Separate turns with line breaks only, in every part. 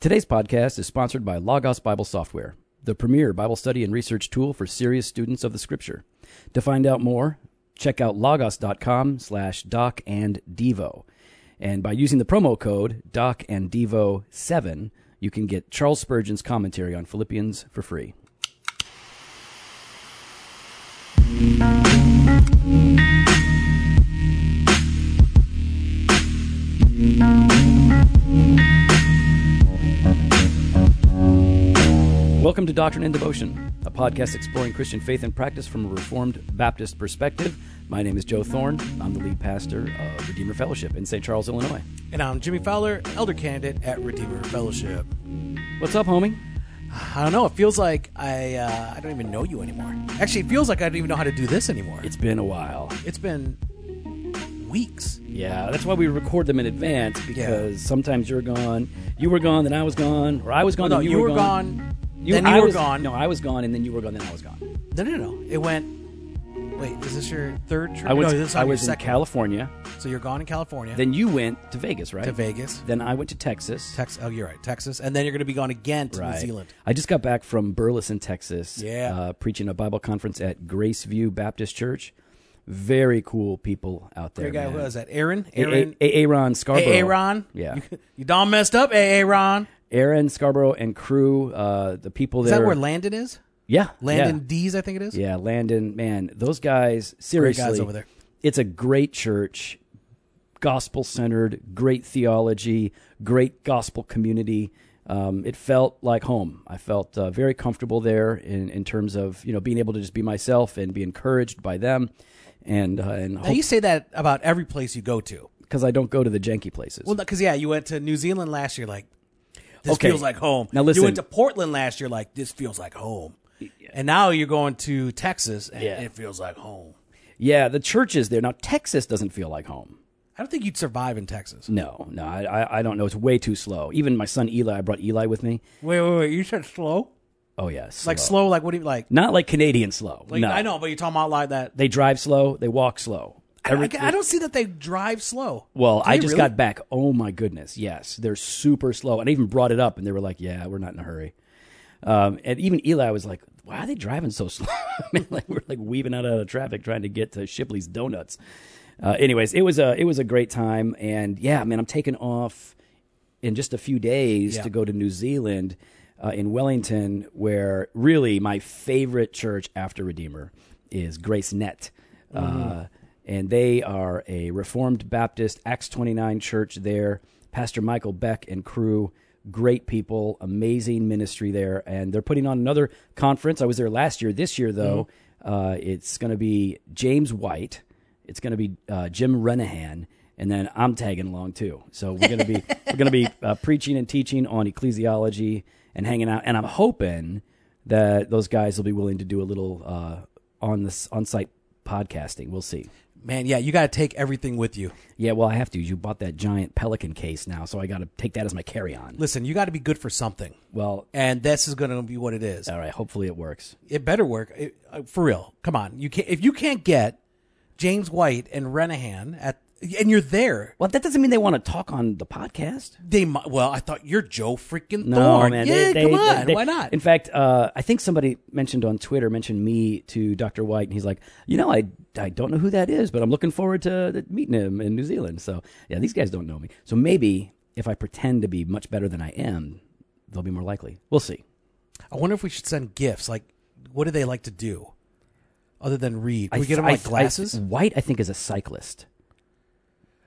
Today's podcast is sponsored by Logos Bible Software, the premier Bible study and research tool for serious students of the Scripture. To find out more, check out logos.com slash doc and devo. And by using the promo code doc and devo 7, you can get Charles Spurgeon's commentary on Philippians for free. Welcome to Doctrine and Devotion, a podcast exploring Christian faith and practice from a Reformed Baptist perspective. My name is Joe Thorne. I'm the lead pastor of Redeemer Fellowship in St. Charles, Illinois.
And I'm Jimmy Fowler, elder candidate at Redeemer Fellowship.
What's up, homie?
I don't know. It feels like I uh, I don't even know you anymore. Actually, it feels like I don't even know how to do this anymore.
It's been a while.
it's been weeks.
Yeah, that's why we record them in advance because sometimes you're gone, you were gone, then I was gone, or I was gone,
Oh, no,
then you,
you
were
were
gone.
gone, then you
I
were
was-
gone.
No, I was gone, and then you were gone, then I was gone.
No, no, no. It went. Wait, is this your third trip?
I was,
no, this is
I
on your
was in
second.
California.
so you're gone in California,
Then you went to Vegas, right?
to Vegas,
Then I went to Texas.
Texas. Oh, you're right, Texas, and then you're going to be gone again to New Zealand.
I just got back from Burleson, Texas.
Yeah.
Uh, preaching a Bible conference at Grace View Baptist Church. Very cool people out there.
Your guy
man.
who was that? Aaron.
A-
Aaron.
A- Aaron Scarborough.
Aaron.
Yeah.
You, you done messed up, Aaron.
Aaron Scarborough and crew, uh, the people
Is
there.
that where Landon is?
yeah.
Landon
yeah.
D's, I think it is.
Yeah, Landon, man, those guys seriously
over there.
It's a great church, gospel centered, great theology, great gospel community. Um, it felt like home. I felt uh, very comfortable there in, in terms of you know being able to just be myself and be encouraged by them, and uh, and
Now you say that about every place you go to.
because I don't go to the janky places.
Well, because yeah, you went to New Zealand last year, like this
Okay.
feels like home.
Now listen.
you went to Portland last year, like this feels like home. And now you're going to Texas, and
Yeah.
it feels like home.
yeah, the church is there now. Texas doesn't feel like home.
I don't think you'd survive in Texas.
No, no, I, I, I don't know. It's way too slow. Even my son Eli, I brought Eli with me.
Wait, wait, wait. You said slow,
Oh yes,
like slow, like what do you like?
not like Canadian slow.
like
no,
I know, but you're talking about like that.
They drive slow. They walk slow. Every-
I, I don't see that they drive slow.
well,
Do
I
they
just
really?
got back. Oh my goodness, yes, they're super slow. And I even brought it up, and they were like, "Yeah, we're not in a hurry." Um, and even Eli was like, "Why are they driving so slow?" I mean, like we're like weaving out, out of traffic trying to get to Shipley's Donuts. Uh, anyways, it was a it was a great time, and yeah, man, I'm taking off in just a few days
Yeah.
to go to New Zealand uh, in Wellington, where really my favorite church after Redeemer is Grace Net. Uh, and they are a Reformed Baptist Acts 29 church there. Pastor Michael Beck and crew, great people, amazing ministry there. And they're putting on another conference. I was there last year. This year, though, uh, it's going to be James White, it's going to be uh, Jim Renahan, and then I'm tagging along too. So we're going to be we're going to be uh, preaching and teaching on ecclesiology and hanging out. And I'm hoping that those guys will be willing to do a little uh, on this on site podcasting. We'll see.
Man, yeah, you got to take everything with you.
Yeah, well, I have to. You bought that giant pelican case now, so I got to take that as my carry on.
Listen, you got to be good for something,
Well,
and this is going to be what it is.
all right. Hopefully, it works.
it better work It- uh, for real. Come on, you can not if you can't get James White and Renahan at and you're there.
Well, that doesn't mean they want to talk on the podcast.
They mi- well, I thought you're Joe freaking
No,
Thorne.
man.
yeah,
they-
come
they-
on,
they-
why not?
In fact, uh, I think somebody mentioned on Twitter mentioned me to Dr. White, and he's like, you know, I I don't know who that is, but I'm looking forward to th- meeting him in New Zealand. So yeah, these guys don't know me. So maybe if I pretend to be much better than I am, they'll be more likely. We'll see.
I wonder if we should send gifts. Like, what do they like to do other than read? Can
I
we get
th-
them
I
like
th- I
glasses.
th- White, I think, is a cyclist.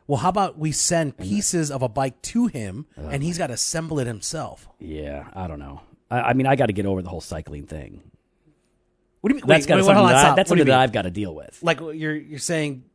well, how about we send pieces of a bike to him and he's got to assemble it himself?
Yeah, I don't know. I, I mean, I got to get over the whole cycling thing.
What do you mean?
That's
wait,
got
wait,
to
wait,
something
hold on,
that I-
stop.
that's
What do you
something that
mean?
I've got to deal with.
like you're you're saying.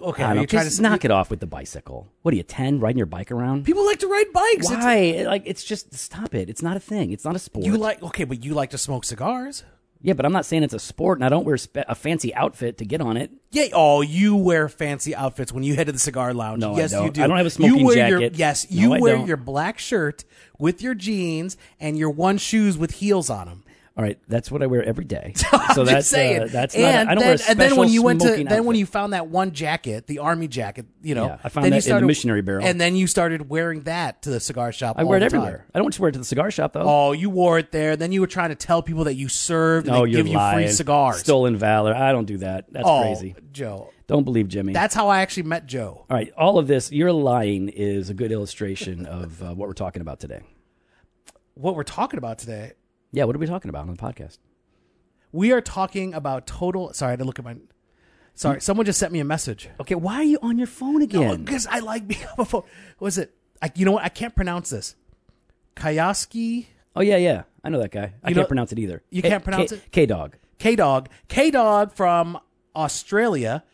Okay,
I
are
don't
you
know,
trying
just
to
knock it off with the bicycle. What are you ten riding your bike around?
People like to ride bikes. It's-
Why? like, it's just stop it. It's not a thing. It's not a sport.
you like okay, but you like to smoke cigars.
yeah, but I'm not saying it's a sport, and I don't wear spe- a fancy outfit to get on it.
Yeah. Oh, you wear fancy outfits when you head to the cigar lounge.
No, I
yes, you
don't.
do.
I don't have a smoking
you wear your-
jacket.
yes,
No,
you
I
wear
don't.
your black shirt with your jeans and your one shoes with heels on them.
All right, that's what I wear every day.
I'm
so
just
that's
saying.
Uh, that's
and
not. I don't
then,
wear a special
and then when you went to
smoking
then when
outfit.
you found that one jacket, the army jacket, you know,
Yeah, I found
then
that in
you
the
started,
missionary barrel.
and then you started wearing that to the cigar shop.
I wear it everywhere. I don't want to wear it to the cigar shop though.
Oh, you wore it there. Then you were trying to tell people that you served. And
oh,
they
you're
give
lying.
you free cigars.
Stolen valor. I don't do that. That's
oh,
crazy.
Joe.
Don't believe Jimmy.
That's how I actually met Joe.
All right, all of this, you're lying is a good illustration of uh, what we're talking about today.
What we're talking about today,
Yeah, what are we talking about on the podcast?
we are talking about total. Sorry, I had to look at my. Sorry, someone just sent me a message.
Okay, why are you on your phone again?
Because I like being on my phone. What is it? I, you know what? I can't pronounce this. Kayaski
oh, yeah, yeah. I know that guy. I can't
know-
pronounce it either.
you can't pronounce it?
K Dog.
K Dog. K Dog from Australia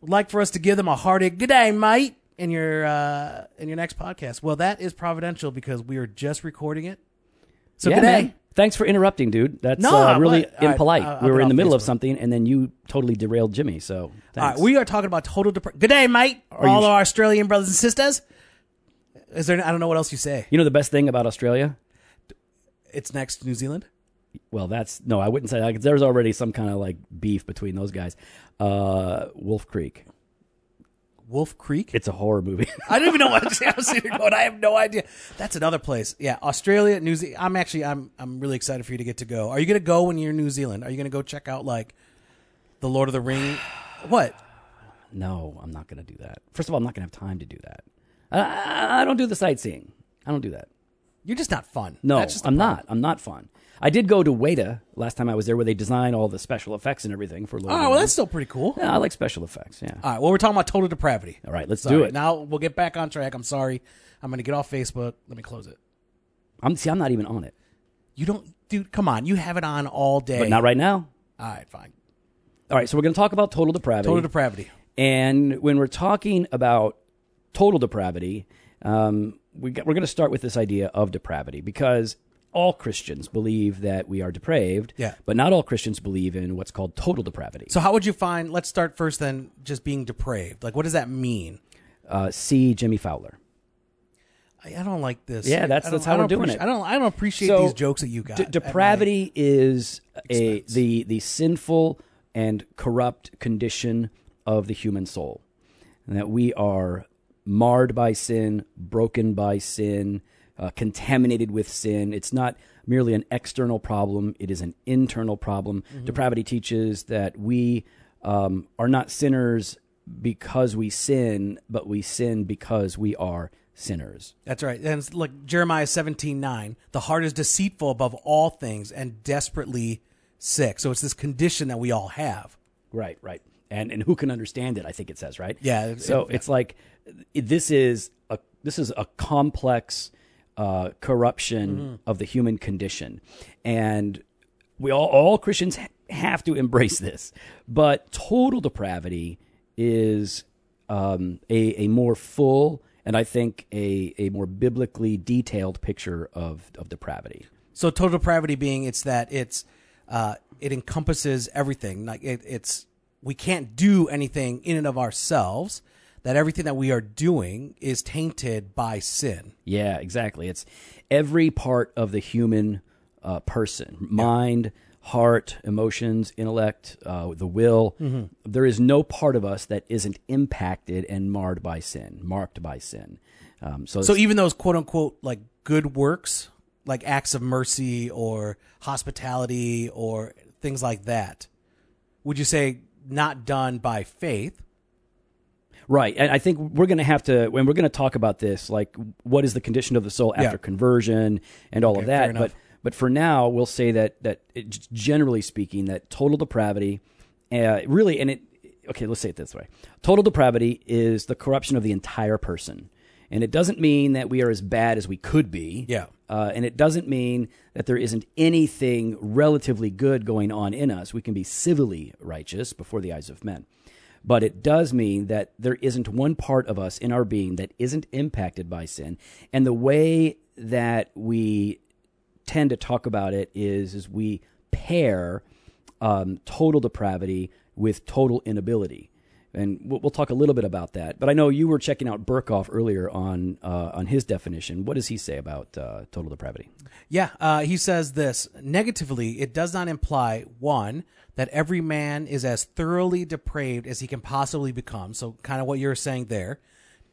would like for us to give them a hearty good day, mate, in your uh, in your next podcast. Well, that is providential because we are just recording it. So
yeah,
good day.
man. Thanks for interrupting, dude. That's
No,
uh,
I-
really
all right,
impolite.
I- I'll
we were
get
in the
off
middle of
Facebook.
something, and then you totally derailed Jimmy. So,
All right,
thanks.
we are talking about total depression. Good day, mate, all
you-
our Australian brothers and sisters. Is there? I don't know what else you say.
you know the best thing about Australia?
It's next to New Zealand.
Well, that's no, I wouldn't say that. 'cause There's already some kind of like beef between those guys. Uh, Wolf Creek.
Wolf Creek.
It's a horror movie.
I don't even know what I'm saying. Going. I have no idea. That's another place. Yeah, Australia, New Zealand. I'm actually, I'm, I'm really excited for you to get to go. Are you going to go when you're in New Zealand? Are you going to go check out like the Lord of the Ring? What?
no, I'm not going to do that. First of all, I'm not going to have time to do that. I, I, I don't do the sightseeing. I don't do that.
You're just not fun.
No,
That's just
I'm not. I'm not fun. I did go to Weta last time I was there, where they design all the special effects and everything for. Lord of the
Oh, well,
Rings.
that's Uh, still pretty cool.
Yeah, I like special effects. Yeah.
All right. Well, we're talking about total depravity.
All right, let's
All
do
right,
it.
Now we'll get back on track. I'm sorry. I'm going to get off Facebook. Let me close it.
I'm see. I'm not even on it,
You don't, dude. Come on. You have it on all day.
but not right now.
All right. Fine.
All right, so we're going to talk about total depravity.
Total depravity.
And when we're talking about total depravity, um, we got, we're going to start with this idea of depravity because all Christians believe that we are depraved,
Yeah.
but not all Christians believe in what's called total depravity.
So, how would you find? Let's start first. Then, just being depraved. Like, what does that mean?
Uh, see Jimmy Fowler.
I, I don't like this.
Yeah, that's-
I don't-
that's how
I
we're
don't
doing
appreci-
it.
I don't. I don't appreciate
So,
these jokes that you got.
De-
at my-
depravity is a, the, the sinful and corrupt condition of the human soul. And that we are marred by sin, broken by sin, uh, contaminated with sin. It's not merely an external problem, it is an internal problem.
Mm-hmm.
Depravity teaches that we um, are not sinners because we sin, but we sin because we are sinners.
that's right. And it's like Jeremiah seventeen nine, the heart is deceitful above all things and desperately sick. So it's this condition that we all have.
Right, right. And and who can understand it? I think it says right.
Yeah, it-
So it's like this is a this is a complex uh, corruption
Mm-hmm.
of the human condition, and we all all Christians ha- have to embrace this. But total depravity is um, a a more full and I think a a more biblically detailed picture of of depravity.
So total depravity being it's that it's uh, it encompasses everything. Like it, it's we can't do anything in and of ourselves. That everything that we are doing is tainted by sin.
Yeah, exactly. It's every part of the human uh, person mind, heart, emotions, intellect, uh, the will. There is no part of us that isn't impacted and marred by sin, marked by sin. Um, so,
So even those quote unquote like good works, like acts of mercy or hospitality or things like that, would you say not done by faith?
Right. And I think we're going to have to, when we're going to talk about this, like what is the condition of the soul after
Yeah.
conversion and all of
fair
that.
enough.
But, but for now, we'll say that, that it, g- generally speaking, that total depravity, uh, really, and it, okay, let's say it this way total depravity is the corruption of the entire person. And it doesn't mean that we are as bad as we could be.
Yeah.
Uh, and it doesn't mean that there isn't anything relatively good going on in us. We can be civilly righteous before the eyes of men. But it does mean that there isn't one part of us in our being that isn't impacted by sin. And the way that we tend to talk about it is, is we pair um, total depravity with total inability. and we'll, we'll talk a little bit about that. But I know you were checking out Burkhoff earlier on uh, on his definition. What does he say about uh, total depravity?
Yeah, uh, he says this negatively. It does not imply one that every man is as thoroughly depraved as he can possibly become. So, kind of what you're saying there.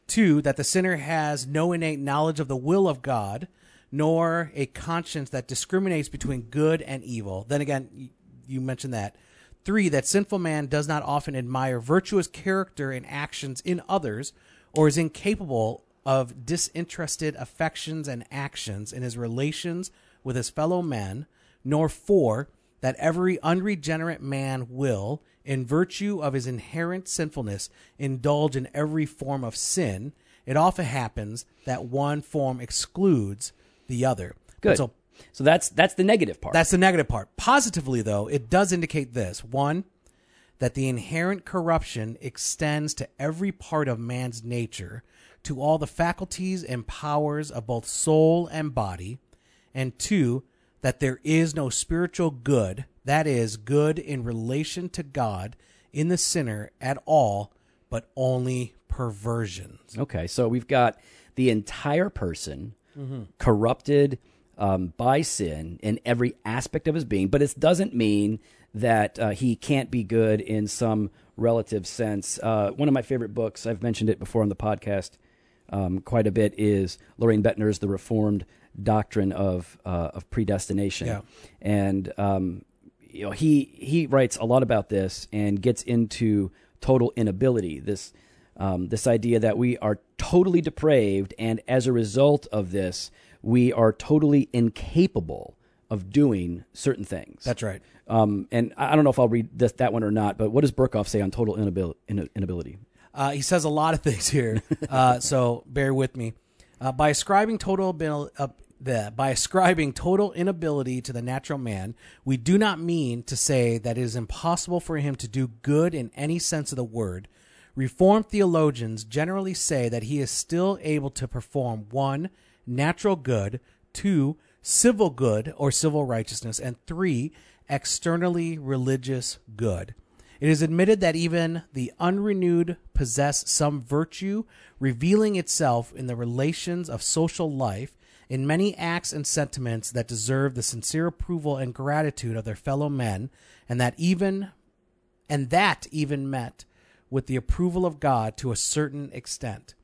Two, that the sinner has no innate knowledge of the will of God, nor a conscience that discriminates between good and evil. Then again, y- you mentioned that. Three, that sinful man does not often admire virtuous character and actions in others, or is incapable of disinterested affections and actions in his relations with his fellow men, nor four, that every unregenerate man will, in virtue of his inherent sinfulness, indulge in every form of sin. It often happens that one form excludes the other.
Good.
So
so that's that's the negative part.
that's the negative part. Positively, though, it does indicate this one, that the inherent corruption extends to every part of man's nature, to all the faculties and powers of both soul and body, and two, that there is no spiritual good, that is, good in relation to God, in the sinner at all, but only perversions.
Okay, so we've got the entire person corrupted um, by sin in every aspect of his being, but it doesn't mean that uh, he can't be good in some relative sense. Uh, one of my favorite books, I've mentioned it before on the podcast um, quite a bit, is Lorraine Bettner's The Reformed Doctrine of, uh, of Predestination.
Yeah.
And um, you know he he writes a lot about this and gets into total inability this um, this idea that we are totally depraved and as a result of this we are totally incapable of doing certain things
That's right.
um, and I I don't know if I'll read this, that one or not, but what does Burkhoff say on total inability? inability?
Uh, he says a lot of things here, uh, so bear with me. Uh, by ascribing total abil- uh, the, by ascribing total inability to the natural man, we do not mean to say that it is impossible for him to do good in any sense of the word. Reformed theologians generally say that he is still able to perform one natural good, two civil good or civil righteousness, and three externally religious good. It is admitted that even the unrenewed possess some virtue, revealing itself in the relations of social life, in many acts and sentiments that deserve the sincere approval and gratitude of their fellow men, and that even and that even met with the approval of God to a certain extent.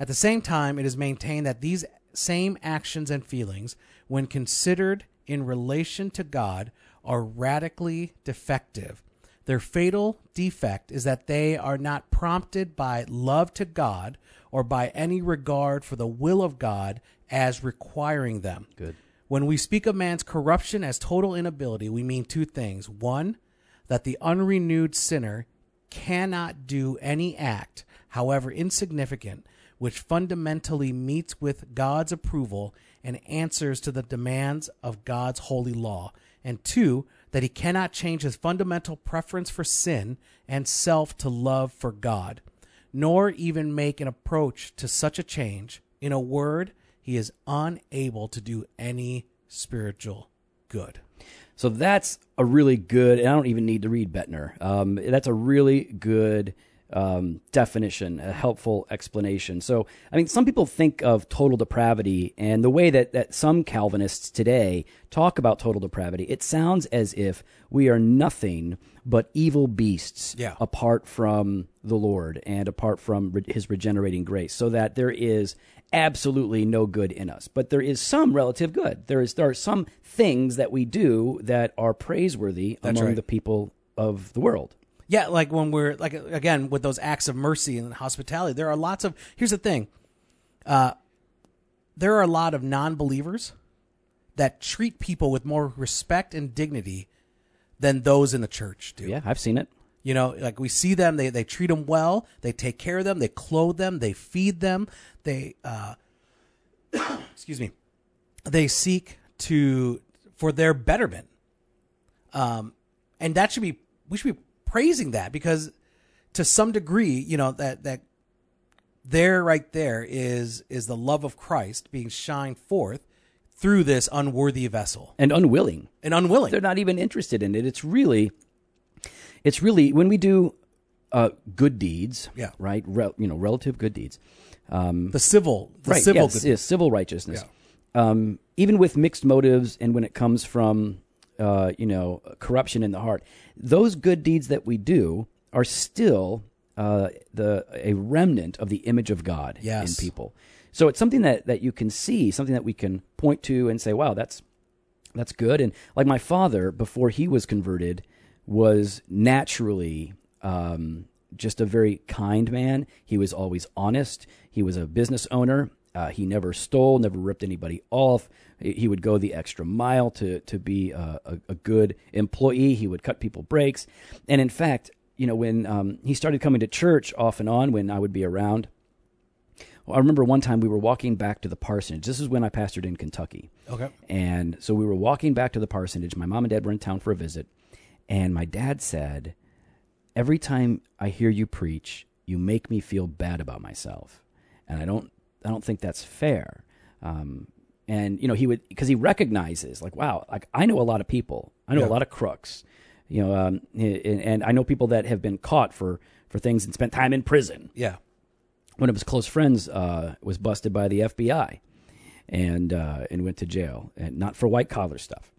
At the same time, it is maintained that these same actions and feelings, when considered in relation to God, are radically defective. Their fatal defect is that they are not prompted by love to God or by any regard for the will of God as requiring them.
Good.
When we speak of man's corruption as total inability, we mean two things. One, that the unrenewed sinner cannot do any act, however insignificant, which fundamentally meets with God's approval and answers to the demands of God's holy law. And two, that he cannot change his fundamental preference for sin and self to love for God nor even make an approach to such a change. In a word, he is unable to do any spiritual good.
So that's a really good, and I don't even need to read Bettner. Um, that's a really good um, definition, a helpful explanation. So, I mean, some people think of total depravity and the way that, that some Calvinists today talk about total depravity, it sounds as if we are nothing but evil beasts
Yeah.
apart from the Lord and apart from re- his regenerating grace, so that there is absolutely no good in us. But there is some relative good. There is there are some things that we do that are praiseworthy among
right.
the people of the world.
Yeah, like when we're like again with those acts of mercy and hospitality, there are lots of. Here's the thing, uh, there are a lot of non-believers that treat people with more respect and dignity than those in the church do.
Yeah, I've seen it.
You know, like we see them, they, they treat them well, they take care of them, they clothe them, they feed them, they, uh, excuse me, they seek to, for their betterment. Um, and that should be, we should be praising that because to some degree, you know, that, that there right there is, is the love of Christ being shined forth through this unworthy vessel
And unwilling.
and unwilling.
They're not even interested in it. It's really it's really when we do uh, good deeds,
Yeah.
right? Re- you know, relative good deeds,
the civil, the
right?
civil
yes,
good-
yes, civil righteousness. Um, even with mixed motives, and when it comes from, uh, you know, corruption in the heart, those good deeds that we do are still uh, the a remnant of the image of God
Yes.
in people. So it's something that that you can see, something that we can point to and say, "Wow, that's that's good. And like my father, before he was converted, was naturally um, just a very kind man. He was always honest. He was a business owner. Uh, he never stole, never ripped anybody off. He he would go the extra mile to to be a, a, a good employee. He would cut people breaks. And in fact, you know, when um, he started coming to church off and on, when I would be around, I remember one time we were walking back to the parsonage. This is when I pastored in Kentucky.
Okay.
And so we were walking back to the parsonage. My mom and dad were in town for a visit. And my dad said, Every time I hear you preach, you make me feel bad about myself. And I don't, I don't think that's fair. Um, and, you know, he would, because he recognizes, like, wow, like I know a lot of people, I know a lot of crooks, you know, um, and, and I know people that have been caught for, for things and spent time in prison
Yeah.
one of his close friends uh, was busted by the FBI and uh, and went to jail, and not for white collar stuff.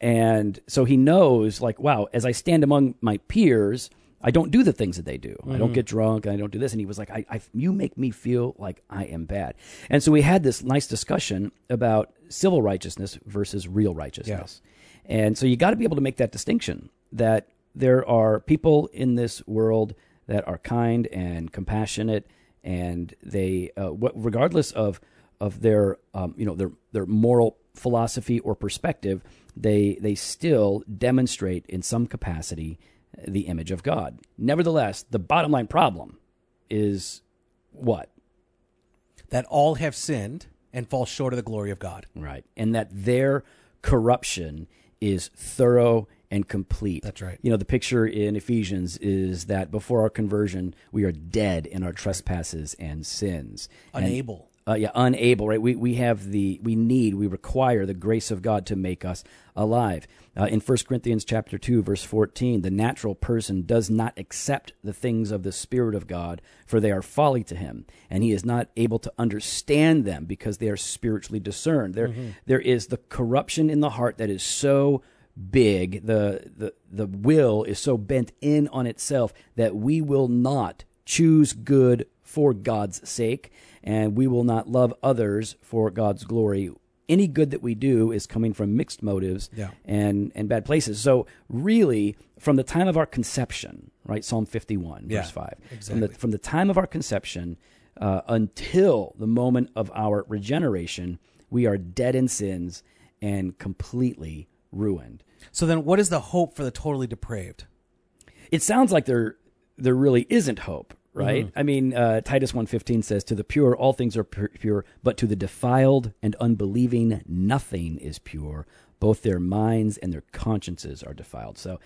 And so he knows, like, wow, as I stand among my peers, I don't do the things that they do. I don't get drunk. I don't do this. And he was like, I, I, you make me feel like I am bad. And so we had this nice discussion about civil righteousness versus real righteousness. And so you got to be able to make that distinction that there are people in this world that are kind and compassionate, and they, uh, what, regardless of of their, um, you know, their their moral philosophy or perspective, they they still demonstrate in some capacity uh, the image of God. Nevertheless, the bottom line problem is what
That all have sinned and fall short of the glory of God.
Right. And that their corruption is thorough and complete.
That's right.
You know, the picture in Ephesians is that before our conversion, we are dead in our trespasses and sins. And,
Unable.
uh, yeah, unable, right? We, we have the, we need, we require the grace of God to make us alive. Uh, in 1 Corinthians chapter 2, verse 14, the natural person does not accept the things of the Spirit of God, for they are folly to him, and he is not able to understand them because they are spiritually discerned. There, there is the corruption in the heart that is so big, the, the, the will is so bent in on itself that we will not choose good for God's sake, and we will not love others for God's glory. Any good that we do is coming from mixed motives
Yeah.
and, and bad places. So, really, from the time of our conception, right? Psalm 51,
Yeah,
verse 5. From, the, from the time of our conception uh, until the moment of our regeneration, we are dead in sins and completely ruined.
So then, what is the hope for the totally depraved?
it sounds like there there really isn't hope right i mean uh, titus 1.15 says to the pure all things are pu- pure but to the defiled and unbelieving nothing is pure both their minds and their consciences are defiled so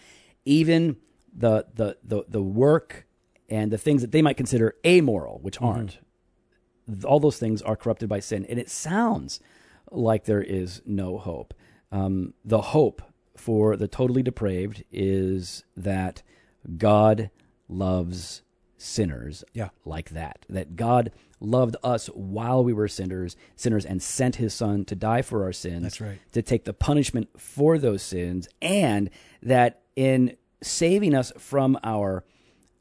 even the the the, the work and the things that they might consider amoral which aren't th- all those things are corrupted by sin and it sounds like there is no hope um, the hope for the totally depraved is that god loves sinners
Yeah.
like that that god loved us while we were sinners sinners and sent his son to die for our sins
That's right.
to take the punishment for those sins and that in saving us from our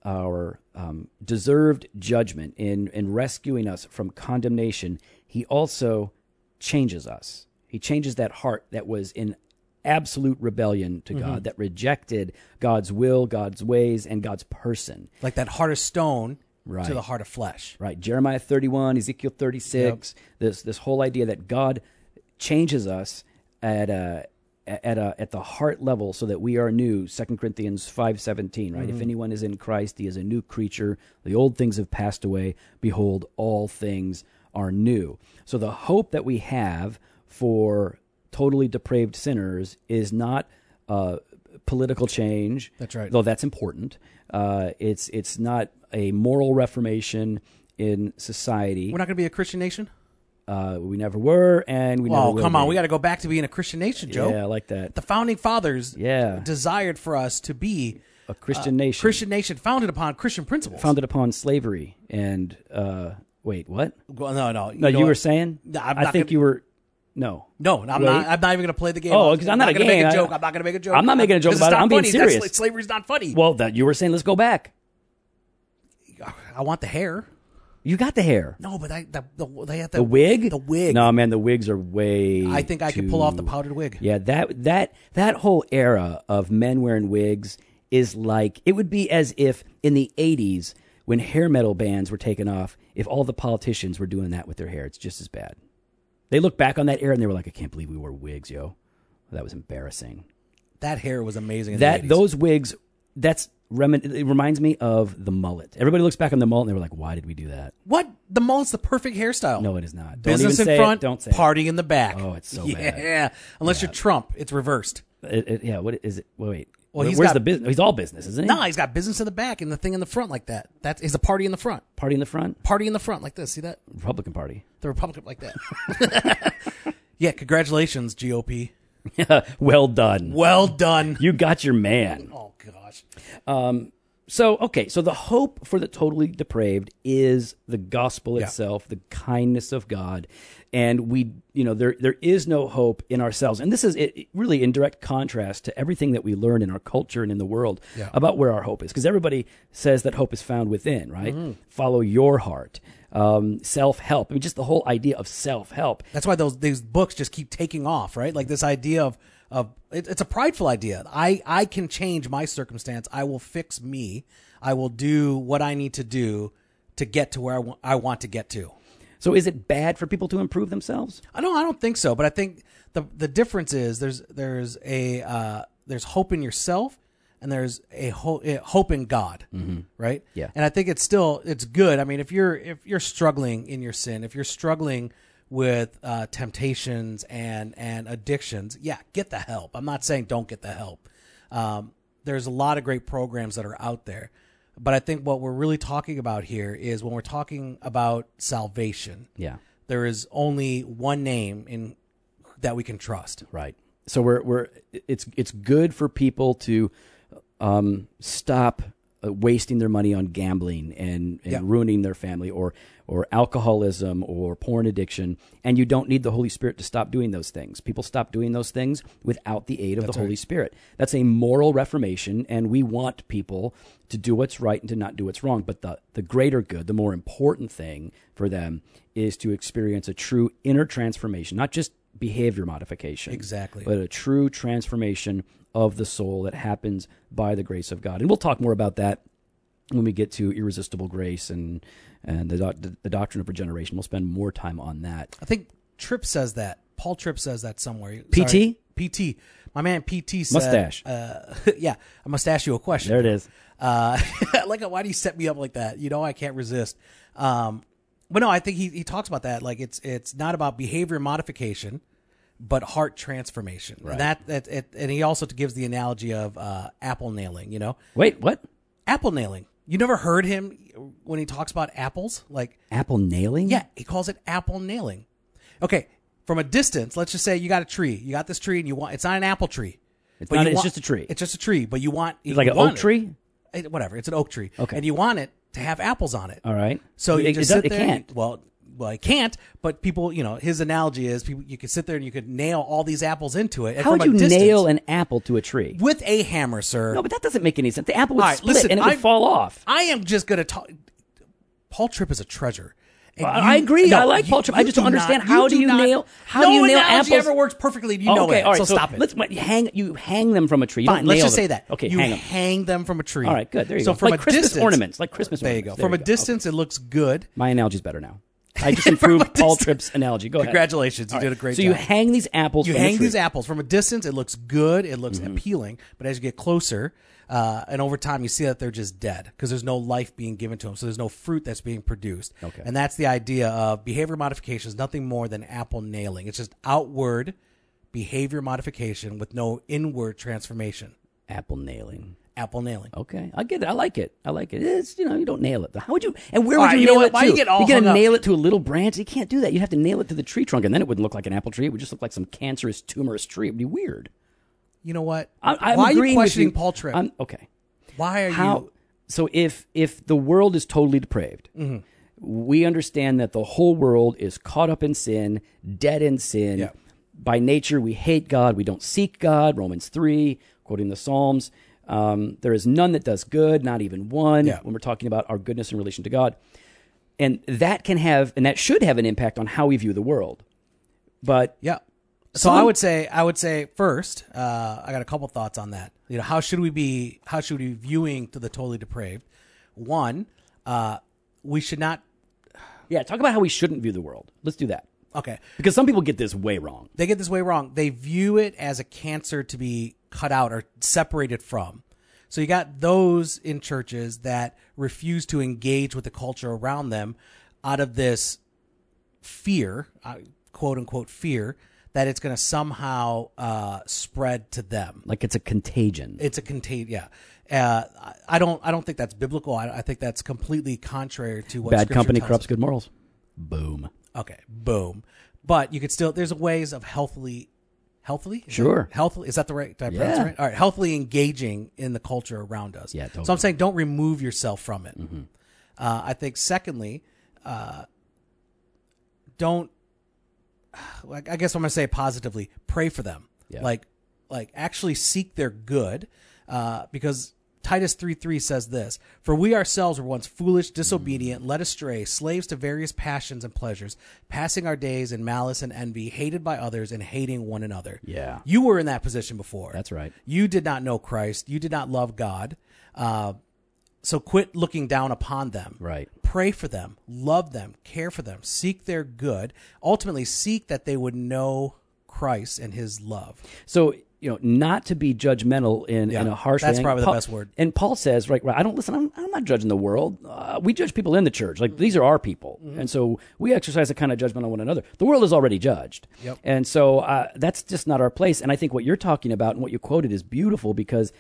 our um, deserved judgment in in rescuing us from condemnation he also changes us he changes that heart that was in absolute rebellion
Mm-hmm.
to god that rejected god's will god's ways and god's person
Like that heart of stone
Right.
to the heart of flesh.
Right. Jeremiah 31, Ezekiel 36, this this whole idea that God changes us at a at a at the heart level so that we are new. 2 Corinthians 5:17, right?
Mm-hmm.
If anyone is in Christ, he is a new creature. The old things have passed away; behold, all things are new. So the hope that we have for totally depraved sinners is not uh, political change.
That's right.
Though that's important. Uh, it's it's not a moral reformation in society.
We're not going to be a Christian nation.
Uh, we never were, and we never
Oh,
will
come on,
be.
we got to go back to being a Christian nation, Joe.
Yeah, I like that.
The founding fathers
Yeah.
desired for us to be
a Christian nation
Christian nation founded upon Christian principles.
founded upon slavery and uh, wait, what?
Well, no, no,
No,
know
you were
what?
saying?
No, I'm
I
not
think
gonna-
you were. No,
No, I'm
Right?
not. I'm not even going to play the game.
Oh,
I was-
'cause I'm not a
gonna make
game.
a
I-
joke. I'm not going to make a joke.
I'm not making a joke
This is
about it.
not
I'm being
funny. That's-
serious.
slavery's not funny.
Well, that you were saying. Let's go back.
I want the hair.
You got the hair,
No, but I the, the they have
the wig,
The wig.
No, man, the wigs are way.
I think I could pull off the
too-
powdered wig.
Yeah, that that that whole era of men wearing wigs is like it would be as if in the '80s when hair metal bands were taken off, if all the politicians were doing that with their hair, it's just as bad. They look back on that era and they were like, "I can't believe we wore wigs, yo. That was embarrassing."
That hair was amazing. In
That
the 80s.
those wigs, that's remin- it reminds me of the mullet. Everybody looks back on the mullet and they were like, "Why did we do that?"
what the mullet's the perfect hairstyle.
No, it is not. Don't
business
even
in
say it.
front,
Don't say it.
party in the back.
Oh, it's so
yeah.
bad.
unless you're Trump, it's reversed.
It- it- yeah, what is it? Wait, wait.
Well,
Where-
he's
where's
got-
the business? He's all business, isn't he?
No, he's got business in the back and the thing in the front like that. That is a party in the front.
Party in the front,
Party in the front like this. See that?
Republican Party.
The Republican like that. yeah, congratulations, GOP.
well done.
Well done.
You got your man.
Oh gosh.
So, okay, so the hope for the totally depraved is the gospel itself, the kindness of God. And we, you know, there there is no hope in ourselves. And this is it, it really in direct contrast to everything that we learn in our culture and in the world about where our hope is. Because everybody says that hope is found within, right? Follow your heart, um, self help. I mean, just the whole idea of self help.
That's why those these books just keep taking off, right? Like this idea of of it, it's a prideful idea. I I can change my circumstance. I will fix me. I will do what I need to do to get to where I wa- I want to get to.
So, is it bad for people to improve themselves?
I don't I don't think so, but I think the the difference is there's there's a uh, there's hope in yourself and there's a ho- eh, hope in God, right?
Yeah.
And I think it's still it's good. I mean, if you're if you're struggling in your sin, if you're struggling with uh, temptations and and addictions, yeah, get the help. I'm not saying don't get the help. Um, there's a lot of great programs that are out there. But I think what we're really talking about here is when we're talking about salvation,
Yeah.
there is only one name in that we can trust.
Right. So we're we're it's it's good for people to um, stop uh, wasting their money on gambling and, and ruining their family or or alcoholism or porn addiction and you don't need the Holy Spirit to stop doing those things. People stop doing those things without the aid of the Holy Spirit. That's a moral reformation and we want people to do what's right and to not do what's wrong, but the the greater good, the more important thing for them is to experience a true inner transformation, not just behavior modification.
Exactly.
But a true transformation of the soul that happens by the grace of God. And we'll talk more about that when we get to irresistible grace and and the doc, the doctrine of regeneration. We'll spend more time on that.
I think Tripp says that. Paul Tripp says that somewhere.
PT?
Sorry, PT. My man PT said,
Mustache.
Uh, yeah, I must ask you a question.
There it is.
Uh, like, why do you set me up like that? You know, I can't resist. Um, but no, I think he, he talks about that. Like, it's it's not about behavior modification, but heart transformation. And that, that it, and he also gives the analogy of uh, apple nailing. You know,
Wait, what?
apple nailing. You never heard him when he talks about apples? Like,
Apple nailing?
yeah, he calls it apple nailing. Okay, from a distance, let's just say you got a tree. You got this tree and you want it's not an apple tree.
It's
but
not-
you
it's
want-
just a tree.
It's just a tree, but you want you
It's like an
want
oak
it-
tree?
it- whatever, it's an oak tree.
Okay.
And you want it to have apples on it.
All right.
So you
It-
just
it, does-
sit there.
it
and-
can't.
well, well, it can't. But people, you know, his analogy is people. You could sit there and you could nail all these apples into it. and
How
from
would
a
you
distance-
nail an apple to a tree?
with a hammer, sir?
No, but that doesn't make any sense. The apple would
All right,
split
listen,
and it would
I've-
fall off.
I am just going to talk. Paul Tripp is a treasure. And
Well, I agree. I like Paul Tripp. I just
do
don't understand how do you nail- how
no
do you nail
analogy
apples- Oh,
ever works perfectly. You know it.
all right.
so, stop it.
Let's wait, hang. You hang them from a tree. You
Fine.
don't
Let's
nail
just
them.
say that.
Okay,
you
hang them.
them from a tree.
All right, good. There you
so
go.
from
like
a
Christmas
distance,
ornaments, like Christmas
There you
ornaments.
go. from a
go.
distance, it looks good.
My analogy's better now. I just improved Paul
distance.
Tripp's analogy. Go ahead.
Congratulations, you
All
did a great
so
job.
you hang these apples.
You
from a
hang
tree.
these apples from a distance. It looks good. It looks
Mm-hmm.
appealing. But as you get closer, uh, and over time, you see that they're just dead because there's no life being given to them. So there's no fruit that's being produced. Okay. And that's the idea of behavior modification is nothing more than apple nailing. It's just outward behavior modification with no inward transformation.
Apple nailing.
Apple nailing.
Okay, I get it. I like it. I like it. It's you know you don't nail it. though. How would you? And where
All
would
right,
you
you know
nail
what?
it
Why
to?
you get all
You're gonna
hung up?
nail it to a little branch. You can't do that. You'd have to nail it to the tree trunk, and then it wouldn't look like an apple tree. It would just look like some cancerous, tumorous tree. It would be weird.
You know what?
I, I'm
Why are
agreeing
you
with
questioning
you.
Paul Tripp?
I'm, okay.
Why are
how
you?
so if if the world is totally depraved
Mm-hmm.
we understand that the whole world is caught up in sin dead in sin
Yeah.
by nature we hate god we don't seek god romans 3 quoting the psalms um, there is none that does good not even one
Yeah.
when we're talking about our goodness in relation to god and that can have and that should have an impact on how we view the world but
Yeah. So I would say I would say first, uh, I got a couple thoughts on that. You know, how should we be? How should we be viewing to the totally depraved? One, uh, we should not.
yeah talk about how we shouldn't view the world let's do that
Okay,
because some people get this way wrong
they get this way wrong. They view it as a cancer to be cut out or separated from. So you got those in churches that refuse to engage with the culture around them out of this fear, uh, quote unquote fear, that it's going to somehow uh, spread to them.
like it's a contagion
It's a contain. Yeah, uh, I- I don't. I don't think that's biblical. I, I think that's completely contrary to what
bad
Scripture
company
tells
corrupts good morals. Boom.
us. Okay, boom. But you could still. There's ways of healthily, healthily. Is
Sure.
that- healthily is that the right? Did I pronounce it
Yeah.
right? All right. Healthily engaging in the culture around us.
Yeah,
So I'm
totally. Mm-hmm.
saying don't remove yourself from it. Uh, I think secondly, uh, don't. Like I guess I'm gonna say positively. Pray for them.
Yeah.
Like like actually seek their good uh, because titus 3.3 says this for we ourselves were once foolish disobedient led astray slaves to various passions and pleasures passing our days in malice and envy hated by others and hating one another
Yeah.
you were in that position before
That's right.
you did not know christ you did not love god uh, so quit looking down upon them
Right.
pray for them, love them, care for them, seek their good, ultimately seek that they would know Christ and his love.
So, you know, not to be judgmental in, in a harsh
that's
way.
probably the
Paul-
best word.
And Paul says, right, right I don't listen, I'm, I'm not judging the world. Uh, we judge people in the church. Like, these are our people.
Mm-hmm.
And so we exercise a kind of judgment on one another. The world is already judged.
Yep.
And so uh, that's just not our place. And I think what you're talking about and what you quoted is beautiful because,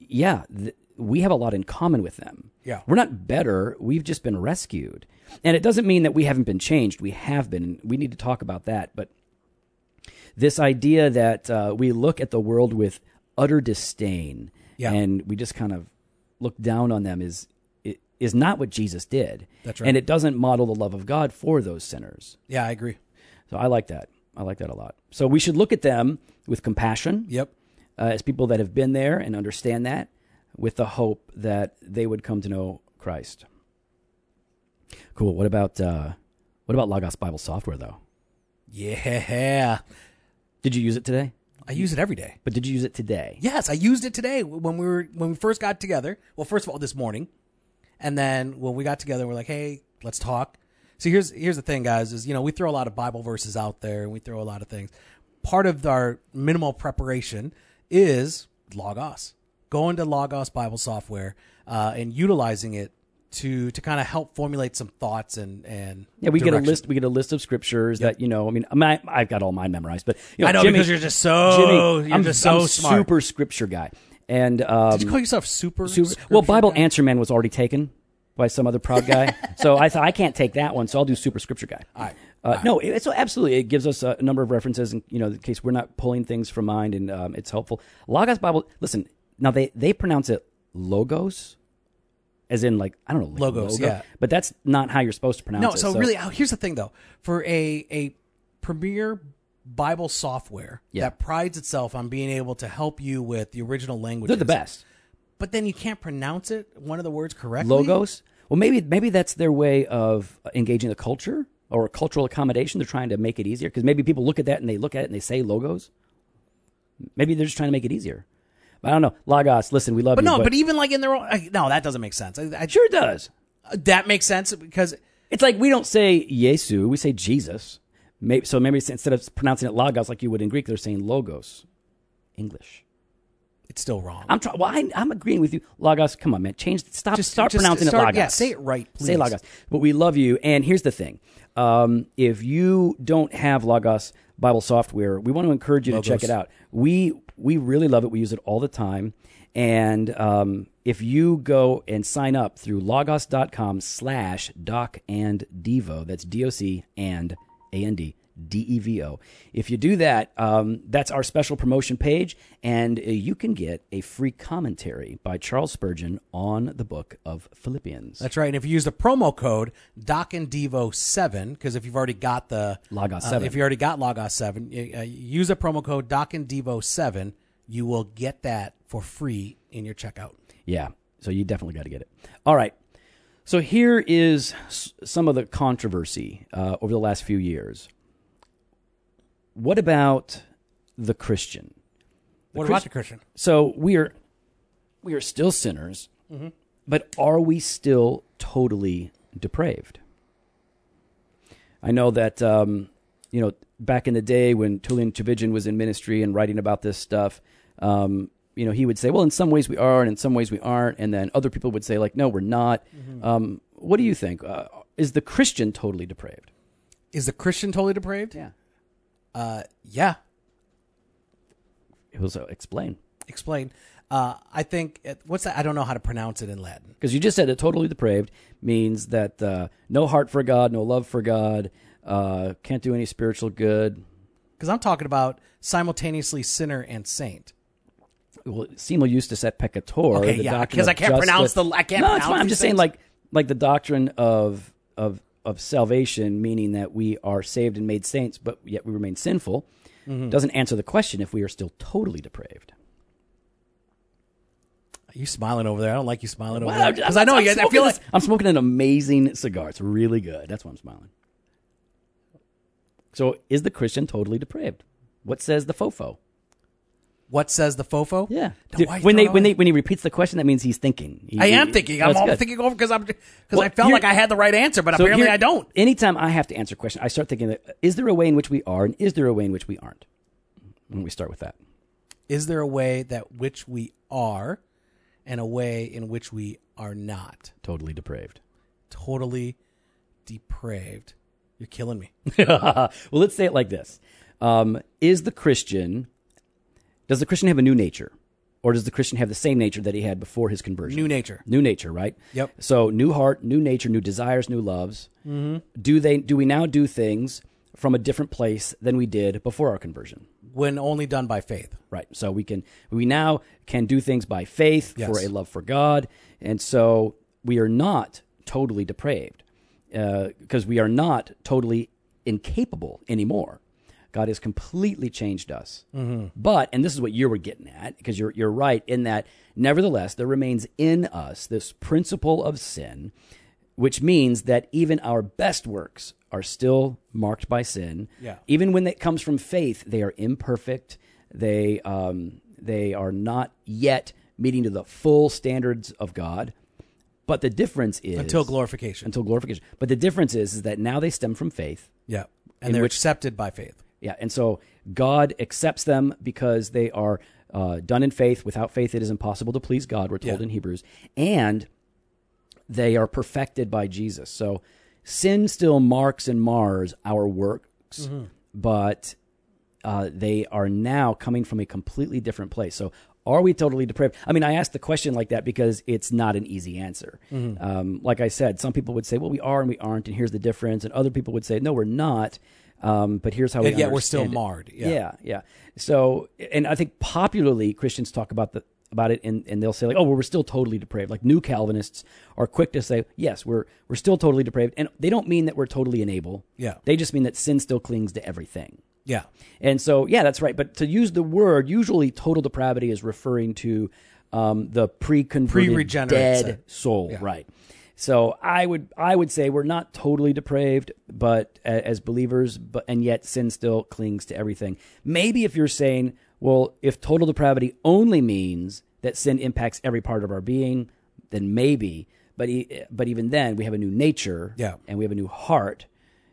yeah, th- we have a lot in common with them.
Yeah.
We're not better. We've just been rescued. And it doesn't mean that we haven't been changed. We have been. We need to talk about that. But this idea that uh, we look at the world with utter disdain
Yeah.
and we just kind of look down on them is i- is not what Jesus did.
That's right.
And it doesn't model the love of God for those sinners.
Yeah, I agree.
So I like that. I like that a lot. So we should look at them with compassion
Yep.
uh, as people that have been there and understand that with the hope that they would come to know Christ. Cool. What about uh, what about Logos Bible software though?
Yeah.
Did you use it today?
I use it every day.
But did you use it today?
Yes, I used it today when we were when we first got together. Well, first of all, this morning, and then when we got together, we're like, "Hey, let's talk." So here's here's the thing, guys: is you know we throw a lot of Bible verses out there, and we throw a lot of things. Part of our minimal preparation is Logos, going to Logos Bible software uh, and utilizing it to to kind of help formulate some thoughts and and
Yeah, we get a
direction.
list. We get a list of scriptures that you know. I mean, my, I've got all mine memorized, but you know,
I know
Jimmy,
because you're just so
Jimmy,
you're
I'm
just so
I'm
smart.
super scripture guy, and um,
Did you call yourself super?
super- well, Bible Answer Man was already taken by some other proud guy, so I thought I can't take that one, so I'll do super scripture guy.
right.
Uh, No, it, so absolutely, it gives us a number of references, and you know, in case we're not pulling things from mind, and um, it's helpful. Logos Bible. Listen, now they they pronounce it logos, as in like I don't know like
Logos,
logo,
yeah.
but that's not how you're supposed to pronounce
No,
it.
so, really, oh, here's the thing though: for a a premier Bible software
Yeah.
that prides itself on being able to help you with the original language,
they're the best.
But then you can't pronounce it one of the words correctly.
logos. Well, maybe maybe that's their way of engaging the culture or cultural accommodation. They're trying to make it easier because maybe people look at that and they look at it and they say logos. Maybe they're just trying to make it easier. I don't know. Logos, listen, we love
But
you.
no, but, even like in their own, I, no, that doesn't make sense. I, I,
it sure does.
that makes sense because
It's like we don't say Yesu, we say Jesus. Maybe, so maybe it's- instead of pronouncing it logos like you would in Greek, they're saying logos. English.
it's still wrong.
I'm trying. Well, I, I'm agreeing with you. Logos, come on, man. Change. Stop. start
just
pronouncing
start-
it logos.
yeah, say it right,
Say
please.
logos. But we love you. And here's the thing: um, if you don't have Logos Bible software, we want to encourage you to check it out. We we really love it. We use it all the time. And um, if you go and sign up through logos.com slash doc and devo, that's D O C and A N D D E V O. If you do that, um, that's our special promotion page, and uh, you can get a free commentary by Charles Spurgeon on the book of Philippians.
That's right. And if you use the promo code Doc and Devo seven, because if you've already got the
Logos
uh,
7.
if you already got Logos seven, y- uh, use the promo code Doc and Devo seven. You will get that for free in your checkout.
Yeah. So you definitely got to get it. All right. So here is s- some of the controversy uh, over the last few years. What about the Christian?
what
Chris-
about the Christian?
So we are we are still sinners, but are we still totally depraved? I know that um, you know back in the day when Tullian Chavijan was in ministry and writing about this stuff, um, you know he would say, "Well, in some ways we are, and in some ways we aren't," and then other people would say, "Like, no, we're not." Um, what do you think? Uh, is the Christian totally depraved?
Is the Christian totally depraved?
Yeah,
Uh, yeah.
it was uh, explain
Explain. Uh, I think it, what's that? I don't know how to pronounce it in Latin.
because you just said that totally depraved means that uh, no heart for God, no love for God, uh, can't do any spiritual good.
because I'm talking about simultaneously sinner and saint.
Well, Seymour Eustace et peccator.
Okay,
the
yeah,
doctrine
'cause
of
I can't pronounce the- I can't
No, it's
pronounce
fine. I'm
these
just saying,
things.
like, like the doctrine of of of salvation, meaning that we are saved and made saints, but yet we remain sinful,
Mm-hmm.
doesn't answer the question if we are still totally depraved.
You smiling over there? I don't like you smiling over
Well,
there
I'm-
because I know
I'm
you. I
smoking
feel like
this- I'm smoking an amazing cigar. It's really good. That's why I'm smiling. So, is the Christian totally depraved? What says the fofo?
what says the fofo?
Yeah.
No,
Dude,
why you
when
throw
they
it
when
away?
they when he repeats the question, that means he's thinking. He-
I am
he-
thinking.
that's
I'm all
good.
thinking over because I'm because I
Well,
felt
here-
like I had the right answer, but
So
apparently
here-
I don't.
Anytime I have to answer a question, I start thinking: that, Is there a way in which we are, and is there a way in which we aren't? When we start with that,
Is there a way that which we are, and a way in which we are not?
totally depraved.
Totally depraved. You're killing me.
well, let's say it like this: um, Is the Christian? Does the Christian have a new nature, or does the Christian have the same nature that he had before his conversion?
New nature.
New nature, right?
Yep.
So new heart, new nature, new desires, new loves. Mm-hmm. Do they? Do we now do things from a different place than we did before our conversion?
When only done by faith.
Right. So we can we now can do things by faith for
Yes.
a love for God, and so we are not totally depraved because we are not totally incapable anymore. God has completely changed us.
Mm-hmm.
But and this is what you were getting at because you're you're right in that nevertheless there remains in us this principle of sin which means that even our best works are still marked by sin.
Yeah.
Even when it comes from faith, they are imperfect. They um, they are not yet meeting to the full standards of God. But the difference is
Until glorification.
until glorification. But the difference is is that now they stem from faith.
Yeah. And they're accepted by faith.
Yeah, and so God accepts them because they are uh, done in faith. Without faith, it is impossible to please God. We're told
Yeah.
in Hebrews, and they are perfected by Jesus. So sin still marks and mars our works,
Mm-hmm.
but uh, they are now coming from a completely different place. So are we totally depraved? I mean, I asked the question like that because it's not an easy answer.
Mm-hmm.
Um, like I said, some people would say, well, we are and we aren't, and here's the difference. And other people would say, no, we're not. Um, but here's how we
And yet we're still
understand it.
marred. Yeah.
Yeah. yeah, So, and I think popularly Christians talk about the about it, and, and they'll say like, "Oh, well, we're still totally depraved." Like new Calvinists are quick to say, "Yes, we're we're still totally depraved," and they don't mean that we're totally enable.
Yeah.
they just mean that sin still clings to everything.
Yeah.
And so, yeah, that's right. But to use the word, usually total depravity is referring to um, the pre-converted
Pre-regenerate sin.
dead soul, right? So I would I would say we're not totally depraved, but a- as believers, but and yet sin still clings to everything. Maybe if you're saying, well, if total depravity only means that sin impacts every part of our being, then maybe. But e- but even then, we have a new nature,
Yeah.
and we have a new heart,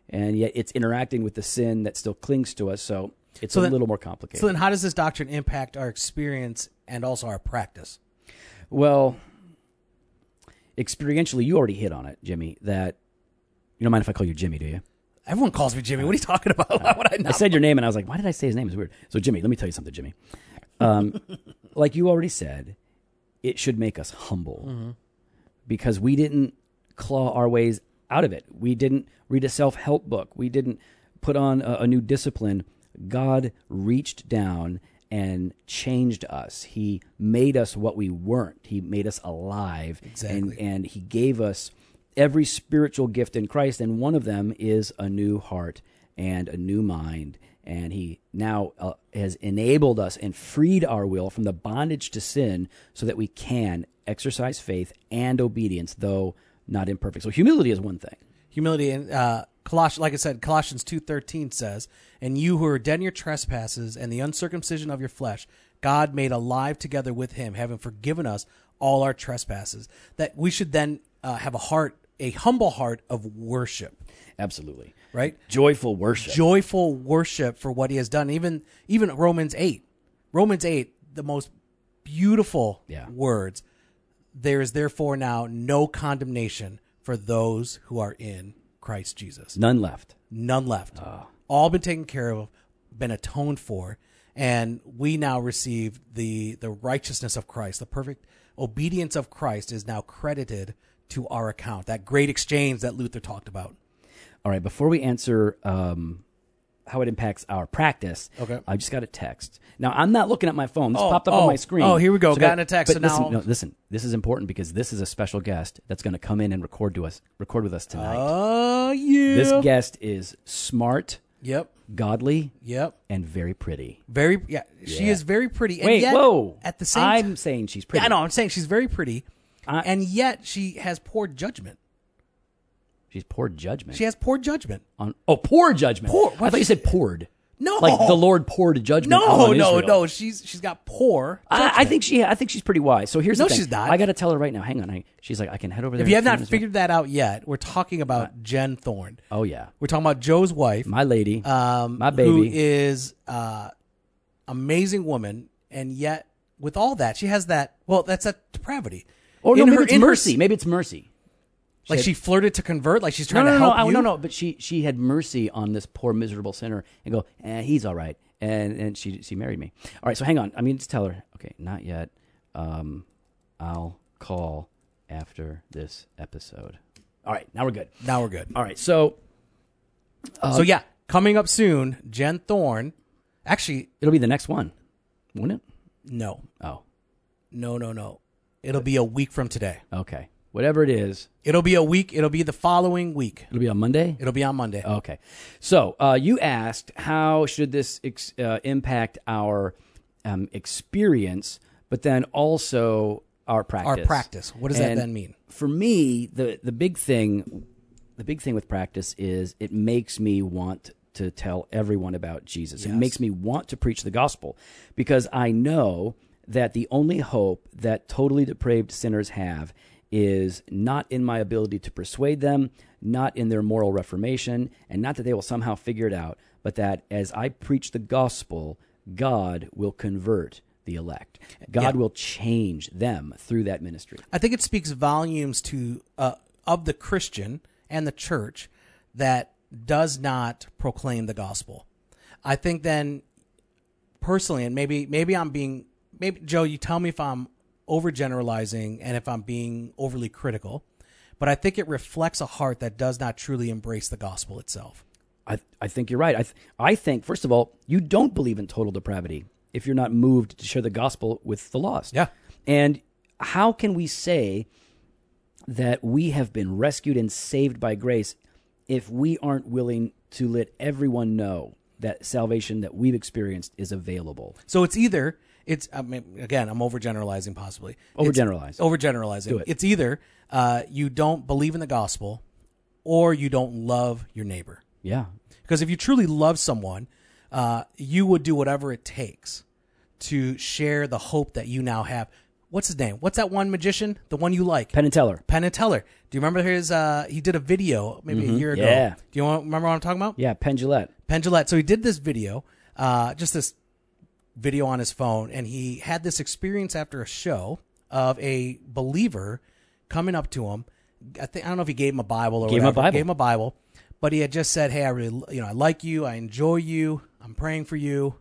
and yet it's interacting with the sin that still clings to us. So it's a
then-
little more complicated.
So then, how does this doctrine impact our experience and also our practice?
well, experientially, you already hit on it, Jimmy. That you don't mind if I call you Jimmy, do you?
Everyone calls me Jimmy. What are you talking about? Why would I
I
not?
said your name, and I was like, why did I say his name? It's weird. So Jimmy, let me tell you something, Jimmy. Um, like you already said, it should make us humble because we didn't claw our ways out of it. We didn't read a self help book. We didn't put on a, a new discipline, God reached down and changed us. He made us what we weren't. He made us alive.
Exactly.
And, and He gave us every spiritual gift in Christ. And one of them is a new heart and a new mind. And He now uh, has enabled us and freed our will from the bondage to sin so that we can exercise faith and obedience, though not imperfect. So humility is one thing.
humility and uh Colossians, like I said, Colossians two thirteen says, "And you who are dead in your trespasses and the uncircumcision of your flesh, God made alive together with Him, having forgiven us all our trespasses." That we should then uh, have a heart, a humble heart of worship,
Absolutely.
right?
Joyful worship.
Joyful worship for what He has done. Even even Romans eight, Romans eight, the most beautiful
Yeah.
words. There is therefore now no condemnation for those who are in Christ Jesus
None left.
none left.
Ah.
All been taken care of, been atoned for, and we now receive the the righteousness of Christ. The perfect obedience of Christ is now credited to our account. That great exchange that Luther talked about.
All right, before we answer um, how it impacts our practice,
Okay.
I just got a text. Now I'm not looking at my phone. This
Oh,
popped up
oh,
on my screen.
oh, here we go.
So
Got
that-
in a text,
But
so
listen,
now-
no, listen. This is important because this is a special guest that's going to come in and record to us, record with us tonight.
Oh yeah.
This guest is smart,
yep.
godly,
Yep.
and very pretty.
Very yeah, She
Yeah.
is very pretty. And
Wait,
yet,
whoa!
At the same
I'm
time,
saying she's pretty.
yeah, I know. I'm saying she's very pretty,
I-
and yet she has poor judgment.
She's poor judgment.
She has poor judgment.
on oh, poor judgment.
Poor-
I thought you said poured.
No.
like the Lord poured judgment.
No,
on
no,
Israel.
no. She's she's got poor.
I, I think she. I think she's pretty wise. So here's
No,
the thing.
she's not.
I got to tell her right now. Hang on. I, she's like, I can head over there.
If you have
and
not
turn this
figured that out yet, we're talking about Jen Thorne.
around. Oh yeah,
We're talking about Joe's wife,
my lady,
um,
my
who
baby.
is uh, amazing woman, and yet with all that, she has that. Well, that's that depravity.
oh no,
In
maybe
her-
it's
in her-
mercy. maybe it's mercy.
like she flirted to convert. Like she's
No,
trying
no,
to
no,
help
no,
you.
no, no. But she she had mercy on this poor miserable sinner and go, eh, he's all right. And and she she married me. All right. So hang on. I mean, just tell her. Okay, not yet. Um, I'll call after this episode. All right. Now we're good.
Now we're good.
All right. So Uh,
so yeah, coming up soon, Jen Thorne. Actually,
it'll be the next one, won't it?
no,
Oh,
no, no, no. It'll be a week from today.
okay. Whatever it is,
It'll be a week. It'll be the following week.
it'll be on Monday.
It'll be on Monday.
Okay. So uh, you asked how should this ex- uh, impact our um, experience, but then also our practice.
Our practice. What does that
And
then mean?
For me, the the big thing, the big thing with practice is it makes me want to tell everyone about Jesus. It makes me want to preach the gospel because I know that the only hope that totally depraved sinners have is not in my ability to persuade them, not in their moral reformation, and not that they will somehow figure it out, but that as I preach the gospel, God will convert the elect. God will change them through that ministry.
I think it speaks volumes to uh, of the Christian and the church that does not proclaim the gospel. I think then personally, and maybe maybe I'm being maybe Joe, you tell me if I'm overgeneralizing and if I'm being overly critical, but I think it reflects a heart that does not truly embrace the gospel itself.
I, I think you're right. I, th- I think, first of all, you don't believe in total depravity if you're not moved to share the gospel with the lost.
Yeah.
And how can we say that we have been rescued and saved by grace if we aren't willing to let everyone know that salvation that we've experienced is available?
So it's either it's I mean, again I'm overgeneralizing possibly It's-
Overgeneralize.
overgeneralizing. It's either uh, you don't believe in the gospel or you don't love your neighbor.
Yeah.
Because if you truly love someone, uh, you would do whatever it takes to share the hope that you now have. What's his name? What's that one magician? The one you like?
Penn and Teller.
Penn and Teller. Do you remember his? Uh, he did a video maybe a year ago.
Yeah.
Do you want, remember what I'm talking about?
Yeah, Penn Jillette.
Penn Jillette. So he did this video, uh, just this video on his phone, and he had this experience after a show of a believer coming up to him. I think I don't know if he gave him a Bible or
Gave him a
whatever.
Bible.
Gave him a Bible, but he had just said, "Hey, I really, you know, I like you. I enjoy you. I'm praying for you.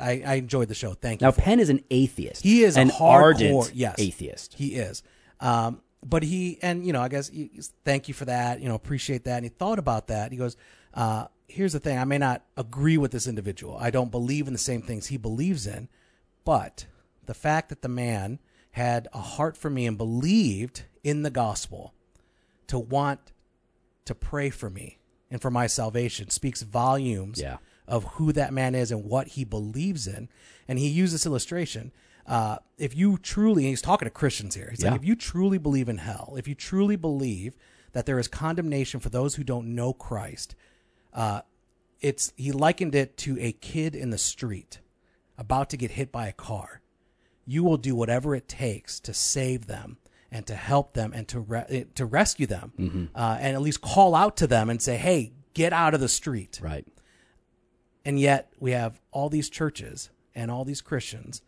I, I enjoyed the show. Thank you."
Now, Penn is an atheist.
He is
an
a hardcore
ardent
yes,
atheist.
He is. Um, but he and you know, I guess he, he's- thank you for that. You know, appreciate that. And he thought about that. He goes, uh, here's the thing I may not agree with this individual. I don't believe in the same things he believes in, but the fact that the man had a heart for me and believed in the gospel to want to pray for me and for my salvation speaks volumes
Yeah.
of who that man is and what he believes in. And he used this illustration. Uh, if you truly, and he's talking to Christians here, he's
Yeah.
like, if you truly believe in hell, if you truly believe that there is condemnation for those who don't know Christ, uh, it's he likened it to a kid in the street about to get hit by a car. You will do whatever it takes to save them and to help them and to re- eh, to rescue them uh, and at least call out to them and say, "Hey, get out of the street."
Right.
And yet we have all these churches and all these Christians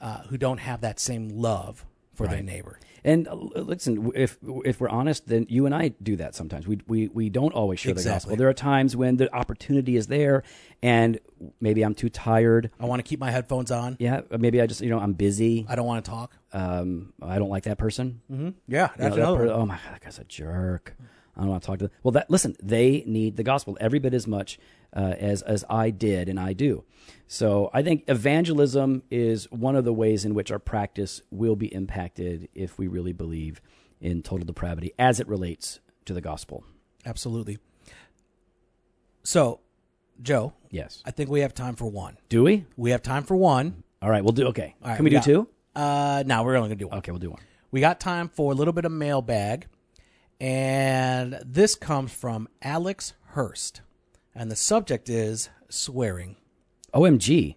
uh, who don't have that same love for their neighbor.
And uh, l- listen, w- if if we're honest, then you and I do that sometimes. We we, we don't always share the
Exactly.
gospel. There are times when the opportunity is there, and maybe I'm too tired.
I want to keep my headphones on.
Yeah, or maybe I just you know I'm busy.
I don't want to talk.
Um, I don't like that person.
Yeah,
You know,
that's
that
another
per- oh my god, that guy's a jerk. I don't want to talk to them. Well, that listen, they need the gospel every bit as much uh, as as I did and I do. So I think evangelism is one of the ways in which our practice will be impacted if we really believe in total depravity as it relates to the gospel.
Absolutely. So, Joe,
Yes.
I think we have time for one.
Do we?
Uh, We have time for one.
All right. We'll do. Okay.
All right,
Can we, do
got-
two?
Uh, no, we're only gonna do one.
Okay, we'll do one.
We got time for a little bit of mailbag, and this comes from Alex Hurst, and the subject is swearing.
OMG.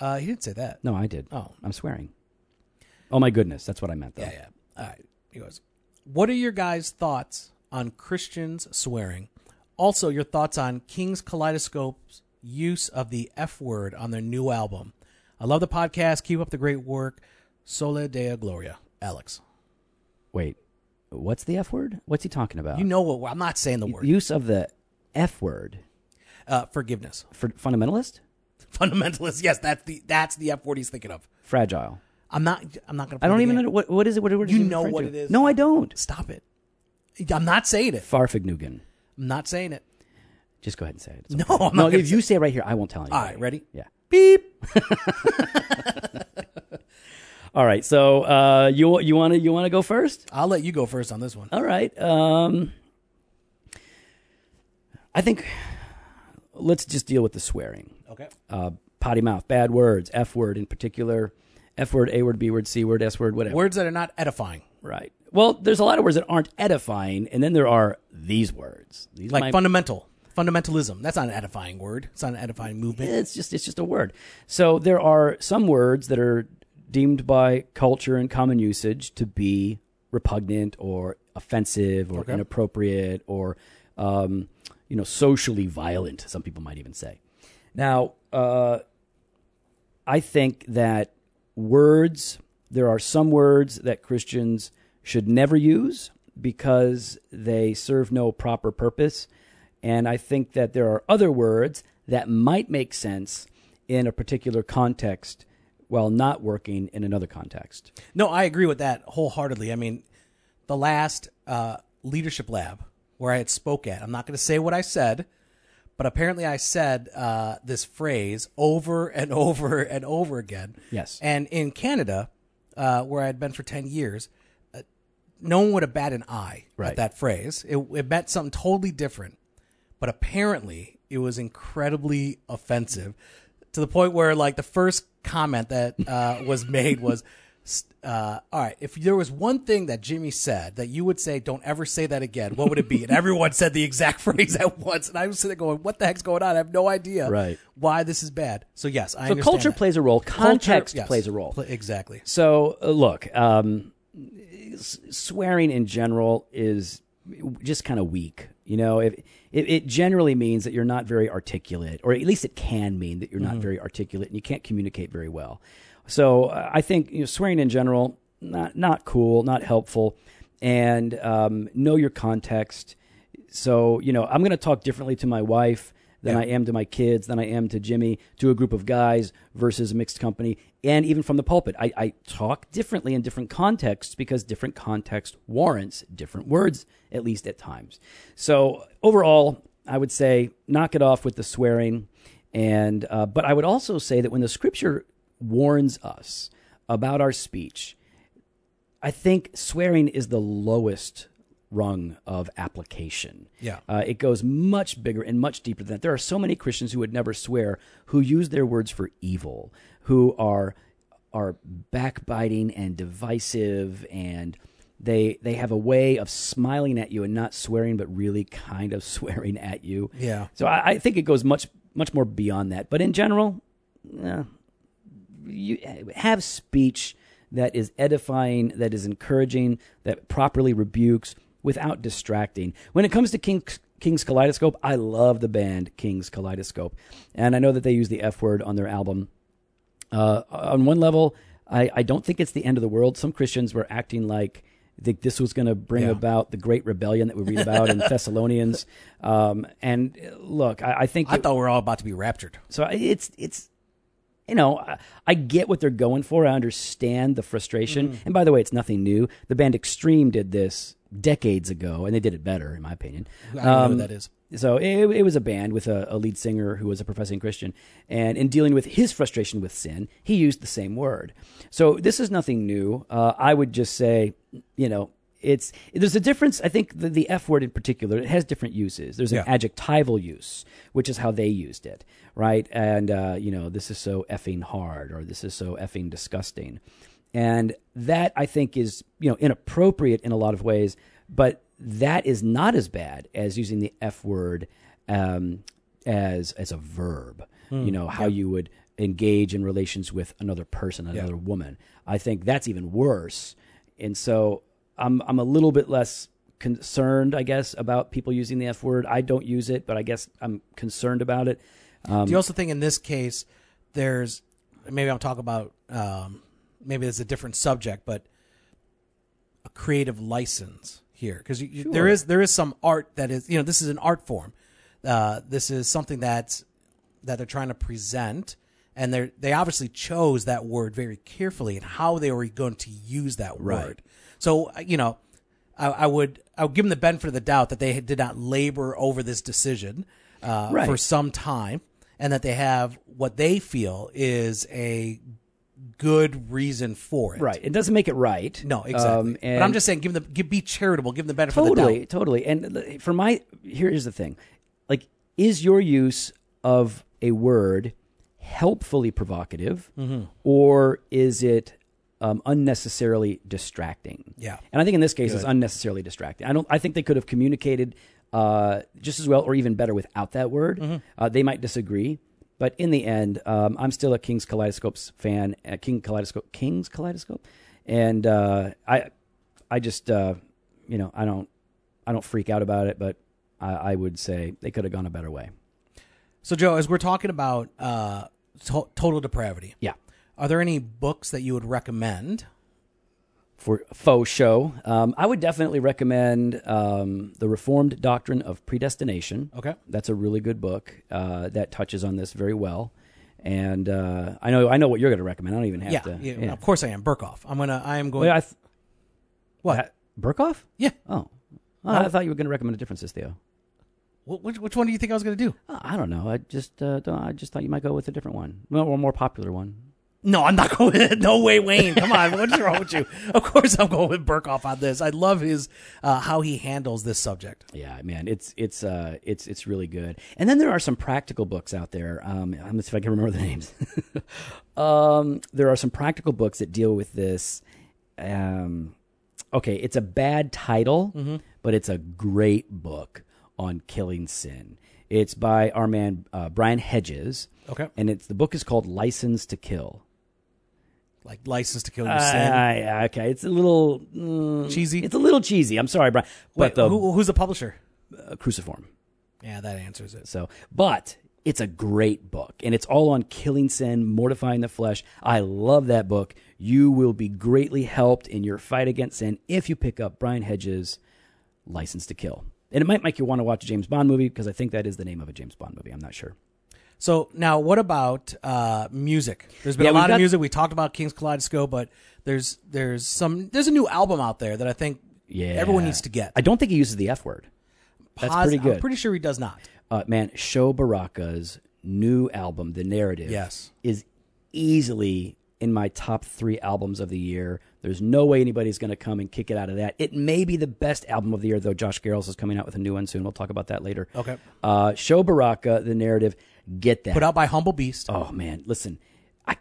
Uh, he didn't say that.
No, I did.
Oh.
I'm swearing. Oh my goodness, that's what I meant though.
Yeah, yeah. All right. He goes, What are your guys' thoughts on Christians swearing? Also, your thoughts on King's Kaleidoscope's use of the F word on their new album. I love the podcast. Keep up the great work. Sole Dea Gloria. Alex.
Wait. What's the F word? What's he talking about?
You know what? I'm not saying the word.
use of the F word
Uh, forgiveness.
for fundamentalist,
Fundamentalist. Yes, that's the that's the F word he's thinking of.
fragile.
I'm not. I'm not gonna.
I don't
play the
even
game.
know what what is it. What, what is
You
it
know
referring
what
to?
it is.
No, I don't.
Stop it. I'm not saying it.
Farfignugan.
I'm not saying it.
Just go ahead and say it. It's
No,
okay.
I'm
no.
not gonna
If you say it right here, I won't tell anybody.
All right, ready?
Yeah.
Beep.
All right. So uh, you you want to you want to go first?
I'll let you go first on this one.
All right. Um, I think let's just deal with the swearing.
Okay.
Uh, potty mouth, bad words, F word in particular, F word, A word, B word, C word, S word, whatever.
Words that are not edifying,
Right. Well, there's a lot of words that aren't edifying, and then there are these words. These
like
might-
fundamental, fundamentalism. That's not an edifying word. It's not an edifying movement.
It's just it's just a word. So there are some words that are deemed by culture and common usage to be repugnant or offensive or inappropriate or um, you know socially violent. Some people might even say. Now, uh, I think that words, there are some words that Christians should never use because they serve no proper purpose. And I think that there are other words that might make sense in a particular context while not working in another context.
No, I agree with that wholeheartedly. I mean, the last uh, leadership lab where I had spoke at, I'm not going to say what I said, but apparently I said uh, this phrase over and over and over again.
Yes.
And in Canada, uh, where I had been for 10 years, uh, no one would have bat an eye
Right.
at that phrase. It, it meant something totally different. But apparently, it was incredibly offensive to the point where, like, the first comment that uh, was made was, s- uh, all right, if there was one thing that Jimmy said that you would say, don't ever say that again, what would it be? And everyone said the exact phrase at once. And I was sitting there going, what the heck's going on? I have no idea
Right.
why this is bad. So, yes, I
So
understand.
culture
that.
plays a role,
Culture-
context
yes,
plays a role.
pl- exactly.
So uh, look, um, s- swearing in general is just kind of weak. You know, if, it, it generally means that you're not very articulate, or at least it can mean that you're not very articulate and you can't communicate very well. So uh, I think you know, swearing in general not not cool, not helpful, and um, know your context. So you know, I'm going to talk differently to my wife than I am to my kids, than I am to Jimmy, to a group of guys versus a mixed company, and even from the pulpit. I, I talk differently in different contexts because different context warrants different words, at least at times. So overall, I would say knock it off with the swearing, and uh, but I would also say that when the Scripture warns us about our speech, I think swearing is the lowest rung of application.
Yeah.
Uh, it goes much bigger and much deeper than that. There are so many Christians who would never swear, who use their words for evil, who are are backbiting and divisive, and they they have a way of smiling at you and not swearing, but really kind of swearing at you.
Yeah.
So I, I think it goes much much more beyond that. But in general, eh, you have speech that is edifying, that is encouraging, that properly rebukes without distracting. When it comes to King, King's Kaleidoscope, I love the band King's Kaleidoscope, and I know that they use the F word on their album. Uh, on one level, I, I don't think it's the end of the world. Some Christians were acting like that this was going to bring
Yeah.
about the great rebellion that we read about in Thessalonians. Um, and uh, look, I, I think
I thought we were all about to be raptured.
so I- it's it's you know I, I get what they're going for. I understand the frustration.
Mm-hmm.
And by the way, it's nothing new. The band Extreme did this decades ago, and they did it better, in my opinion.
I don't
Um,
know who that is.
So it, it was a band with a, a lead singer who was a professing Christian, and in dealing with his frustration with sin, he used the same word. So this is nothing new. Uh, I would just say, you know, it's there's a difference. I think the, the F word in particular, it has different uses. There's an
Yeah.
adjectival use, which is how they used it, right? And uh, you know, this is so effing hard, or this is so effing disgusting, and that I think is you know inappropriate in a lot of ways, but that is not as bad as using the F word um, as as a verb.
Hmm.
You know how you would engage in relations with another person, another woman. I think that's even worse, and so I'm I'm a little bit less concerned, I guess, about people using the F word. I don't use it, but I guess I'm concerned about it.
Do you also think in this case, there's maybe I'm talking about um, maybe it's a different subject, but a creative license here because there is there is some art that is you know this is an art form. Uh, this is something that's that they're trying to present, and they they obviously chose that word very carefully and how they were going to use that word. So uh, you know, I, I would I would give them the benefit of the doubt that they did not labor over this decision uh,
Right.
for some time, and that they have what they feel is a good reason for it.
Right. It doesn't make it right.
No, exactly.
Um,
but I'm
and-
just saying, give them, the, give, be charitable, give them the benefit of the
totally
doubt.
totally and l- for my here's the thing like is your use of a word helpfully provocative
Mm-hmm.
or is it um, unnecessarily distracting
Yeah.
and i think in this case it's unnecessarily distracting i don't i think they could have communicated uh, just as well or even better without that word uh, they might disagree but in the end um, i'm still a king's kaleidoscopes fan uh, king kaleidoscope king's kaleidoscope and uh, i I just uh, you know I don't I don't freak out about it, but I, I would say they could have gone a better way.
So, Joe, as we're talking about uh, to- total depravity,
Yeah,
are there any books that you would recommend?
for faux show, um, I would definitely recommend um, the Reformed Doctrine of Predestination.
Okay.
that's a really good book uh, that touches on this very well. And uh, I know I know what you're going to recommend. I don't even have
Yeah,
to.
yeah, Of course, I am Burkoff. I'm gonna. I am going.
Wait, I th-
what?
that- Burkhoff?
yeah.
Oh. Oh, I thought you were going to recommend a different Theo.
Wh- Which, which one do you think I was gonna do?
Oh, I don't know. I just uh, don't, I just thought you might go with a different one, well, or a more popular one.
No, I'm not going with it. No way, Wayne. Come on. What's wrong with you? Of course, I'm going with Burkoff on this. I love his uh, how he handles this subject.
Yeah, man, it's it's uh it's it's really good. And then there are some practical books out there. Um, I'm if I can remember the names. um, there are some practical books that deal with this. Um, okay, it's a bad title, but it's a great book on killing sin. It's by our man uh, Brian Hedges,
Okay.
and it's the book is called "License to Kill."
Like license to kill your sin.
Uh, okay, it's a little mm,
Cheesy.
It's a little cheesy. I'm sorry, Brian, but
Wait,
the
who, who's the publisher?
uh, cruciform.
Yeah, that answers it.
So, but it's a great book and it's all on killing sin, mortifying the flesh. I love that book. You will be greatly helped in your fight against sin if you pick up Brian Hedges' License to Kill. And it might make you want to watch a James Bond movie because I think that is the name of a James Bond movie. I'm not sure.
So now, what about uh, music? There's been
Yeah,
a
we've
lot
got-
of music. We talked about King's Kaleidoscope, but there's there's some there's a new album out there that I think
Yeah.
everyone needs to get.
I don't think he uses the F word. That's
Pos-
pretty good.
I'm pretty sure he does not.
uh, man, Show Baraka's new album, The Narrative,
Yes.
is easily in my top three albums of the year. There's no way anybody's going to come and kick it out of that. It may be the best album of the year, though. Josh Garrels is coming out with a new one soon. We'll talk about that later.
Okay.
Uh, Show Baraka, The Narrative, get that.
Put out by Humble Beast.
Oh man, listen, I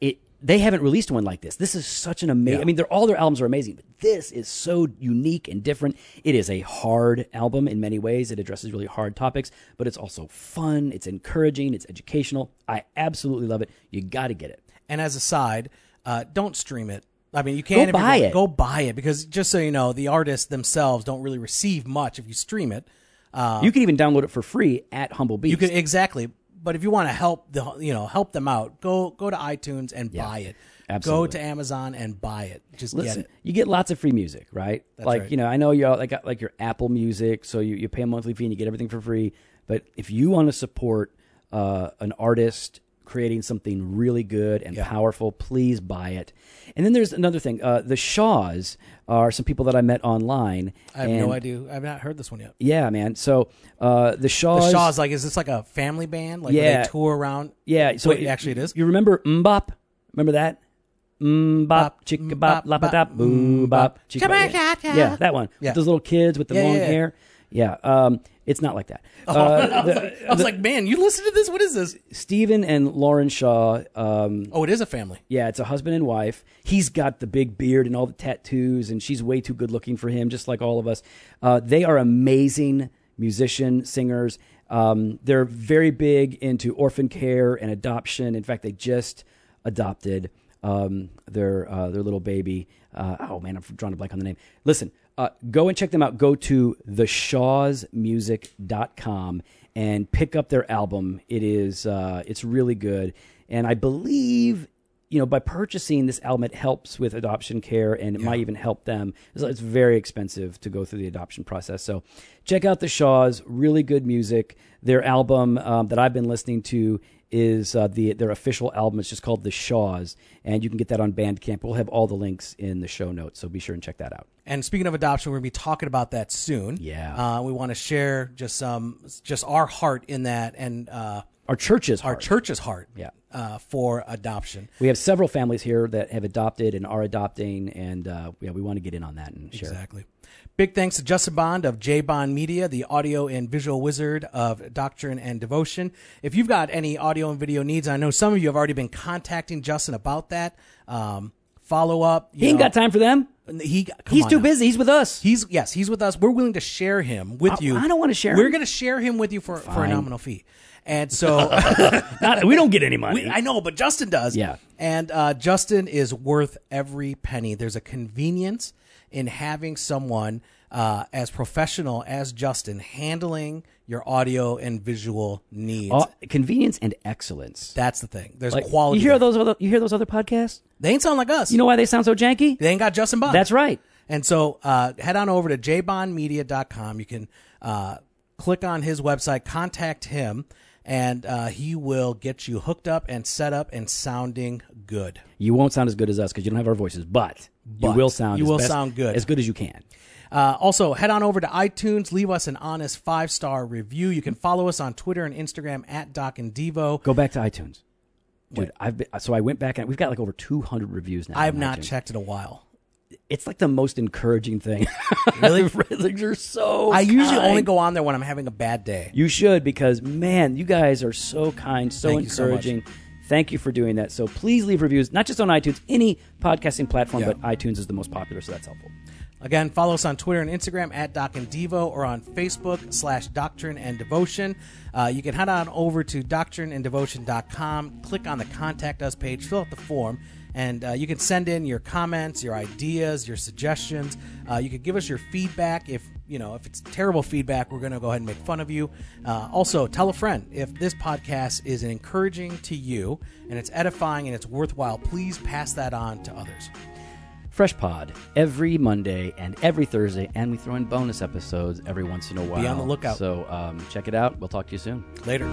it they haven't released one like this. This is such an amazing. I mean, they're, all their albums are amazing, but this is so unique and different. It is a hard album in many ways. It addresses really hard topics, but it's also fun. It's encouraging. It's educational. I absolutely love it. You got to get it.
And as a side, uh, don't stream it. I mean, you can if you
buy
want-
it.
Go buy it because just so you know, the artists themselves don't really receive much if you stream it.
you can even download it for free at Humble Beast.
You could exactly, but if you want to help the you know help them out, go go to iTunes and buy it.
absolutely.
Go to Amazon and buy it. Just
Listen,
get it.
you get lots of free music, right? like
right.
you know, I know you all like got like your Apple Music, so you, you pay a monthly fee and you get everything for free. But if you want to support uh, an artist creating something really good and powerful, please buy it. And then there's another thing: uh, the Shaws are some people that I met online.
I have
and,
no idea. I've not heard this one yet.
Yeah, man. So uh, the Shaws.
Shaw's like, is this like a family band? Like where
Yeah.
they tour around?
Yeah. So
Wait, actually it is?
You remember Mbop? Remember that? Mbop, chicka bop,
bop,
lapa tap, boo bop, chicka bop. Yeah,
Chicka-bop.
Yeah, that one.
Yeah.
With those little kids with the
Yeah,
long
yeah, Oh. yeah.
hair. Yeah. Um, it's not like that. Uh, the-
I was like, man, you listen to this? What is this?
Stephen and Lauren Shaw. Um,
Oh, it is a family.
yeah, it's a husband and wife. He's got the big beard and all the tattoos, and she's way too good looking for him, just like all of us. Uh, they are amazing musician singers. Um, they're very big into orphan care and adoption. In fact, they just adopted um, their uh, their little baby. Uh, oh man, I'm drawing a blank on the name. Listen, uh, go and check them out. Go to theshawsmusic.com and pick up their album. It is uh, it's really good, and I believe you know by purchasing this album, it helps with adoption care, and it might even help them. It's, it's very expensive to go through the adoption process, so check out the Shaws. Really good music. Their album um, that I've been listening to is uh, the their official album. It's just called The Shaws, and you can get that on Bandcamp. We'll have all the links in the show notes, so be sure and check that out.
And speaking of adoption, we're gonna be talking about that soon.
Yeah.
uh, we want to share just some, just our heart in that, and uh,
Our churches,
our church's heart.
Yeah.
uh, for adoption.
we have several families here that have adopted and are adopting, and uh, yeah, we want to get in on that and share.
Exactly. Big thanks to Justin Bond of J Bond Media, the audio and visual wizard of Doctrine and Devotion. If you've got any audio and video needs, I know some of you have already been contacting Justin about that. Um, follow up.
He ain't got time for them.
He come
He's
on
too
now.
busy. He's with us.
He's yes, he's with us. We're willing to share him with you.
I don't wanna share
We're
him.
going to share him with you for, for a nominal fee, and so
Not- we don't get any money.
We- I know, but Justin does.
Yeah.
And uh, Justin is worth every penny. There's a convenience in having someone uh, as professional as Justin handling your audio and visual needs.
Uh, convenience and excellence.
That's the thing. There's
Like,
quality.
You hear
there.
those? Other, you hear those other podcasts?
they ain't sound like us.
You know why they sound so janky?
they ain't got Justin Bond.
That's right.
And so uh, head on over to jbondmedia.com. You can uh, click on his website, contact him, and uh, he will get you hooked up and set up and sounding good.
You won't sound as good as us because you don't have our voices, but, you will sound.
you
as
will
best-
sound good.
as good as you can.
Uh, also, head on over to iTunes, leave us an honest five star review. You can follow us on Twitter and Instagram at Doc and Devo.
Go back to iTunes, dude. I've been, so I went back and we've got like over two hundred reviews now.
I have
on
not
iTunes.
checked in a while.
It's like the most encouraging thing.
Really?
Like, You're so.
I usually
kind.
only go on there when I'm having a bad day.
You should because man, you guys are so kind, so
Thank you so much.
encouraging. Thank you for doing that. So please leave reviews, not just on iTunes, any podcasting platform,
Yeah.
but iTunes is the most popular, so that's helpful.
Again, follow us on Twitter and Instagram at Doc and Devo or on Facebook slash Doctrine and Devotion. Uh, you can head on over to doctrineanddevotion.com, click on the Contact Us page, fill out the form, and uh, you can send in your comments, your ideas, your suggestions. Uh, you can give us your feedback. If you know if it's terrible feedback, we're going to go ahead and make fun of you. Uh, also, tell a friend if this podcast is encouraging to you and it's edifying and it's worthwhile. Please pass that on to others.
Fresh Pod every Monday and every Thursday, and we throw in bonus episodes every once in a while.
on the lookout.
So um, check it out. We'll talk to you soon.
Later.